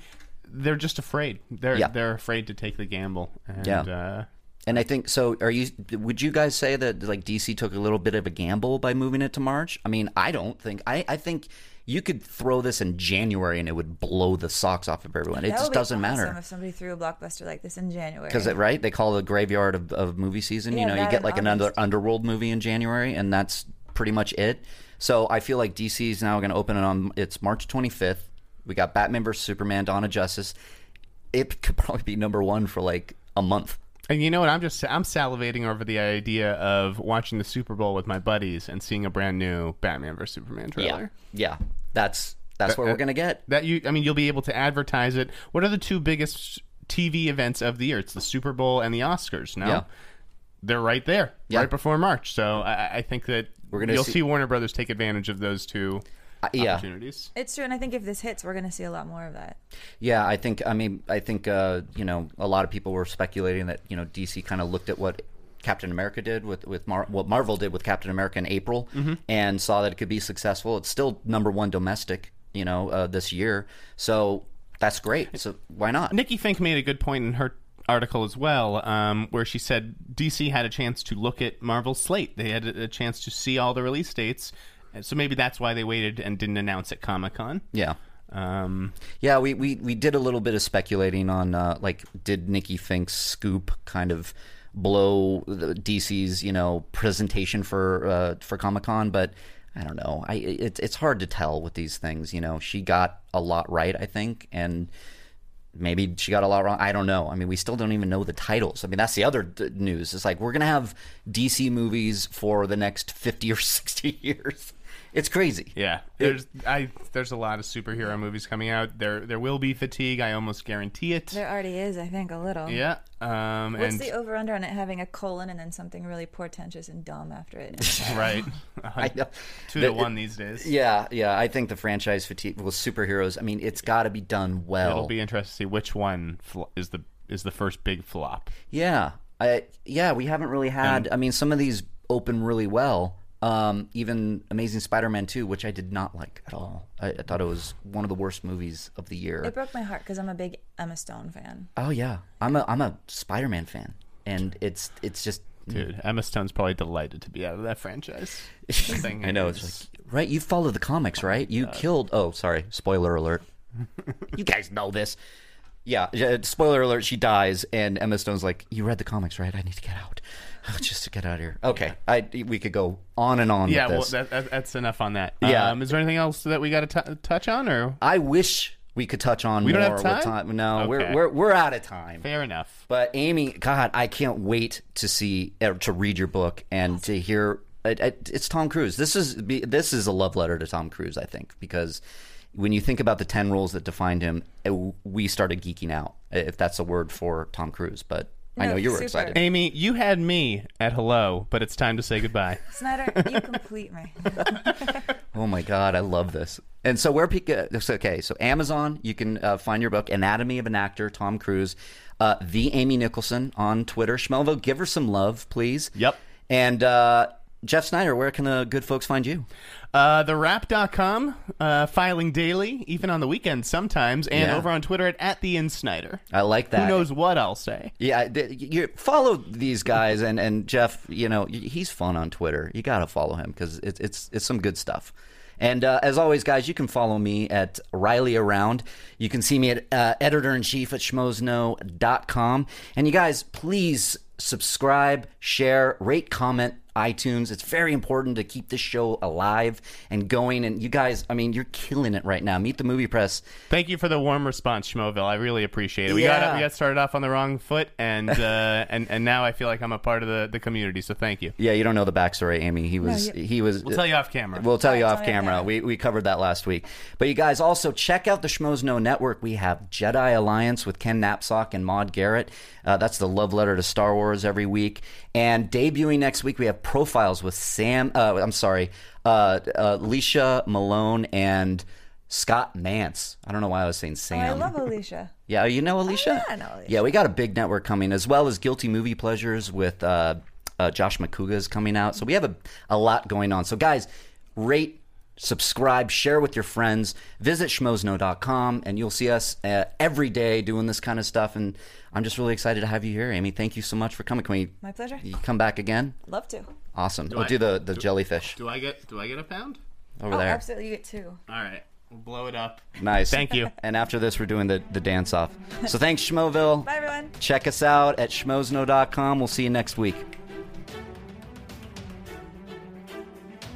[SPEAKER 3] they're just afraid. They're
[SPEAKER 2] Yeah.
[SPEAKER 3] they're afraid to take the gamble. And,
[SPEAKER 2] Yeah.
[SPEAKER 3] Uh,
[SPEAKER 2] And I think so. Are you? Would you guys say that like DC took a little bit of a gamble by moving it to March? I mean, I don't think. I, I think you could throw this in January and it would blow the socks off of everyone. It
[SPEAKER 4] That would
[SPEAKER 2] just
[SPEAKER 4] be
[SPEAKER 2] doesn't
[SPEAKER 4] awesome
[SPEAKER 2] matter
[SPEAKER 4] If somebody threw a blockbuster like this in January,
[SPEAKER 2] because right they call it the graveyard of, of movie season.
[SPEAKER 4] Yeah,
[SPEAKER 2] you know, you
[SPEAKER 4] that
[SPEAKER 2] get
[SPEAKER 4] in
[SPEAKER 2] like another
[SPEAKER 4] August.
[SPEAKER 2] underworld movie in January, and that's pretty much it. So I feel like DC is now going to open it on. It's March 25th. We got Batman versus Superman, Dawn of Justice. It could probably be number one for like a month.
[SPEAKER 3] And you know what? I'm just I'm salivating over the idea of watching the Super Bowl with my buddies and seeing a brand new Batman vs Superman trailer.
[SPEAKER 2] Yeah, yeah. That's that's what we're gonna get.
[SPEAKER 3] That you, I mean, you'll be able to advertise it. What are the two biggest TV events of the year? It's the Super Bowl and the Oscars. No,
[SPEAKER 2] Yeah.
[SPEAKER 3] they're right there,
[SPEAKER 2] Yeah.
[SPEAKER 3] right before March. So I, I think that
[SPEAKER 2] We're gonna
[SPEAKER 3] you'll see,
[SPEAKER 2] see-
[SPEAKER 3] Warner Brothers take advantage of those two
[SPEAKER 2] Uh, yeah,
[SPEAKER 3] opportunities.
[SPEAKER 4] it's true. And I think if this hits, we're going to see a lot more of that.
[SPEAKER 2] yeah. I think. I mean, I think. Uh, you know, a lot of people were speculating that you know DC kind of looked at what Captain America did with with Mar- what Marvel did with Captain America in April, and saw that it could be successful. It's still number one domestic. You know, uh, this year. So that's great. So why not?
[SPEAKER 3] Nikki Fink made a good point in her article as well, um, where she said DC had a chance to look at Marvel's slate. They had a, a chance to see all the release dates, and so maybe that's why they waited and didn't announce at Comic Con.
[SPEAKER 2] Yeah.
[SPEAKER 3] Um,
[SPEAKER 2] Yeah, we, we, we did a little bit of speculating on uh, like did Nikki Fink's scoop kind of blow the DC's you know presentation for uh, for Comic Con, but I don't know. I it's it's hard to tell with these things. You know, she got a lot right, I think, and maybe she got a lot wrong. I don't know. I mean, we still don't even know the titles. I mean, that's the other d- news. It's like we're gonna have DC movies for the next fifty or sixty years. It's crazy.
[SPEAKER 3] yeah, there's I there's a lot of superhero movies coming out. There there will be fatigue. I almost guarantee it.
[SPEAKER 4] There already is, I think, a little.
[SPEAKER 3] Yeah. Um,
[SPEAKER 4] What's
[SPEAKER 3] and
[SPEAKER 4] the over under on it having a colon and then something really portentous and dumb after it?
[SPEAKER 3] right,
[SPEAKER 2] I know.
[SPEAKER 3] two to
[SPEAKER 2] The-
[SPEAKER 3] one these days.
[SPEAKER 2] Yeah, yeah. I think the franchise fatigue with superheroes. I mean, it's got to be done well.
[SPEAKER 3] It'll be interesting to see which one fl- is the is the first big flop.
[SPEAKER 2] yeah, I, yeah. We haven't really had. I mean, some of these open really well. Um, even Amazing Spider-Man Two, which I did not like at all. I, I thought it was one of the worst movies of the year.
[SPEAKER 4] it broke my heart because I'm a big Emma Stone fan.
[SPEAKER 2] oh yeah, I'm a I'm a Spider-Man fan, and it's it's just
[SPEAKER 3] Dude, Emma Stone's probably delighted to be out of that franchise.
[SPEAKER 2] I know it's like right. You follow the comics, right? You
[SPEAKER 3] Uh,
[SPEAKER 2] killed. Oh, sorry. Spoiler alert. you guys know this. Yeah. yeah, Spoiler alert. She dies, and Emma Stone's like, "You read the comics, right? I need to get out, just to get out of here." Okay, I we could go on and on.
[SPEAKER 3] yeah,
[SPEAKER 2] with
[SPEAKER 3] well,
[SPEAKER 2] this.
[SPEAKER 3] that, that, that's enough on that.
[SPEAKER 2] Yeah.
[SPEAKER 3] Um, is there anything else that we got to t- touch on, or
[SPEAKER 2] I wish we could touch on.
[SPEAKER 3] We don't
[SPEAKER 2] more
[SPEAKER 3] have
[SPEAKER 2] With
[SPEAKER 3] time?
[SPEAKER 2] time. No,
[SPEAKER 3] Okay.
[SPEAKER 2] we're we're we're out of time.
[SPEAKER 3] fair enough?
[SPEAKER 2] uh, But Amy, God, I can't wait to see er, to read your book and to hear I, I, it's Tom Cruise. This is be- this is a love letter to Tom Cruise, I think, because when you think about the ten rules that defined him, it, we started geeking out, if that's a word for Tom Cruise. But I
[SPEAKER 4] No,
[SPEAKER 2] know you were
[SPEAKER 4] super.
[SPEAKER 2] excited.
[SPEAKER 3] Amy, you had me at hello, but it's time to say goodbye.
[SPEAKER 4] Snyder, you complete me.
[SPEAKER 2] Oh my god, I love this. And so where pe- uh, it's okay, so Amazon, you can uh, find your book Anatomy of an Actor, Tom Cruise, uh, the Amy Nicholson on Twitter. Schmelvo, give her some love, please.
[SPEAKER 3] Yep.
[SPEAKER 2] And uh, Jeff Snyder, where can the good folks find you?
[SPEAKER 3] Uh, TheRap.com, uh, filing daily, even on the weekends sometimes, and
[SPEAKER 2] Yeah.
[SPEAKER 3] over on Twitter at, at the Insnider.
[SPEAKER 2] I like that.
[SPEAKER 3] Who knows what I'll say?
[SPEAKER 2] Yeah, th- you follow these guys and and Jeff. You know y- he's fun on Twitter. You gotta follow him because it's it's it's some good stuff. And uh, as always, guys, you can follow me at Riley Around. You can see me at uh, editor in chief at schmozno.com. And you guys, please subscribe, share, rate, comment iTunes. It's very important to keep this show alive and going. And you guys, I mean, you're killing it right now. Meet the movie press.
[SPEAKER 3] Thank you for the warm response, Schmoville. I really appreciate it. We
[SPEAKER 2] Yeah.
[SPEAKER 3] got we got started off on the wrong foot, and uh, and and now I feel like I'm a part of the, the community. So thank you.
[SPEAKER 2] Yeah, you don't know the backstory, Amy. He was he was.
[SPEAKER 3] We'll tell you off camera.
[SPEAKER 2] We'll tell you
[SPEAKER 4] Alright,
[SPEAKER 2] off
[SPEAKER 4] tell me off
[SPEAKER 2] camera.
[SPEAKER 4] camera.
[SPEAKER 2] We, we covered that last week. But you guys also check out the Schmoes No Network. We have Jedi Alliance with Ken Knapsack and Maude Garrett. Uh, that's the love letter to Star Wars every week. And debuting next week, we have profiles with Sam. Uh, I'm sorry, uh, uh, Alicia Malone and Scott Mance. I don't know why I was saying Sam.
[SPEAKER 4] Oh, I love Alicia.
[SPEAKER 2] Yeah, you know Alicia?
[SPEAKER 4] Oh, yeah, I know Alicia.
[SPEAKER 2] Yeah, we got a big network coming, as well as Guilty Movie Pleasures with uh, uh, Josh McCouga is coming out. So we have a, a lot going on. So, guys, rate, subscribe, share with your friends. Visit schmozno.com, and you'll see us uh, every day doing this kind of stuff. And I'm just really excited to have you here, Amy. Thank you so much for coming. Can we
[SPEAKER 4] My pleasure.
[SPEAKER 2] you come back again?
[SPEAKER 4] Love to.
[SPEAKER 2] Awesome. we'll do the, the jellyfish
[SPEAKER 3] Do I get do I get a pound?
[SPEAKER 2] over
[SPEAKER 4] Oh,
[SPEAKER 2] there.
[SPEAKER 4] absolutely. You get two.
[SPEAKER 3] All right, we'll blow it up.
[SPEAKER 2] Nice.
[SPEAKER 3] Thank you.
[SPEAKER 2] And after this, we're doing the, the dance off. So thanks, Schmoville.
[SPEAKER 4] Bye, everyone.
[SPEAKER 2] Check us out at schmozno.com. We'll see you next week.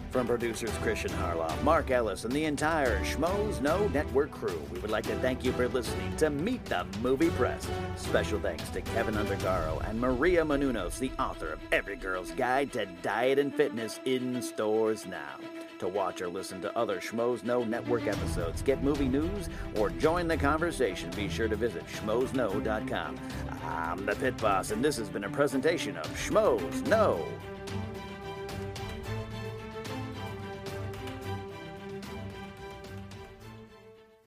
[SPEAKER 1] From producers Christian Harloff, Mark Ellis, and the entire Schmoes No Network crew, we would like to thank you for listening to Meet the Movie Press. Special thanks to Kevin Undergaro and Maria Menounos, the author of Every Girl's Guide to Diet and Fitness in stores now. To watch or listen to other Schmoes No Network episodes, get movie news, or join the conversation, be sure to visit schmoesno.com. I'm the Pit Boss, and this has been a presentation of Schmoes No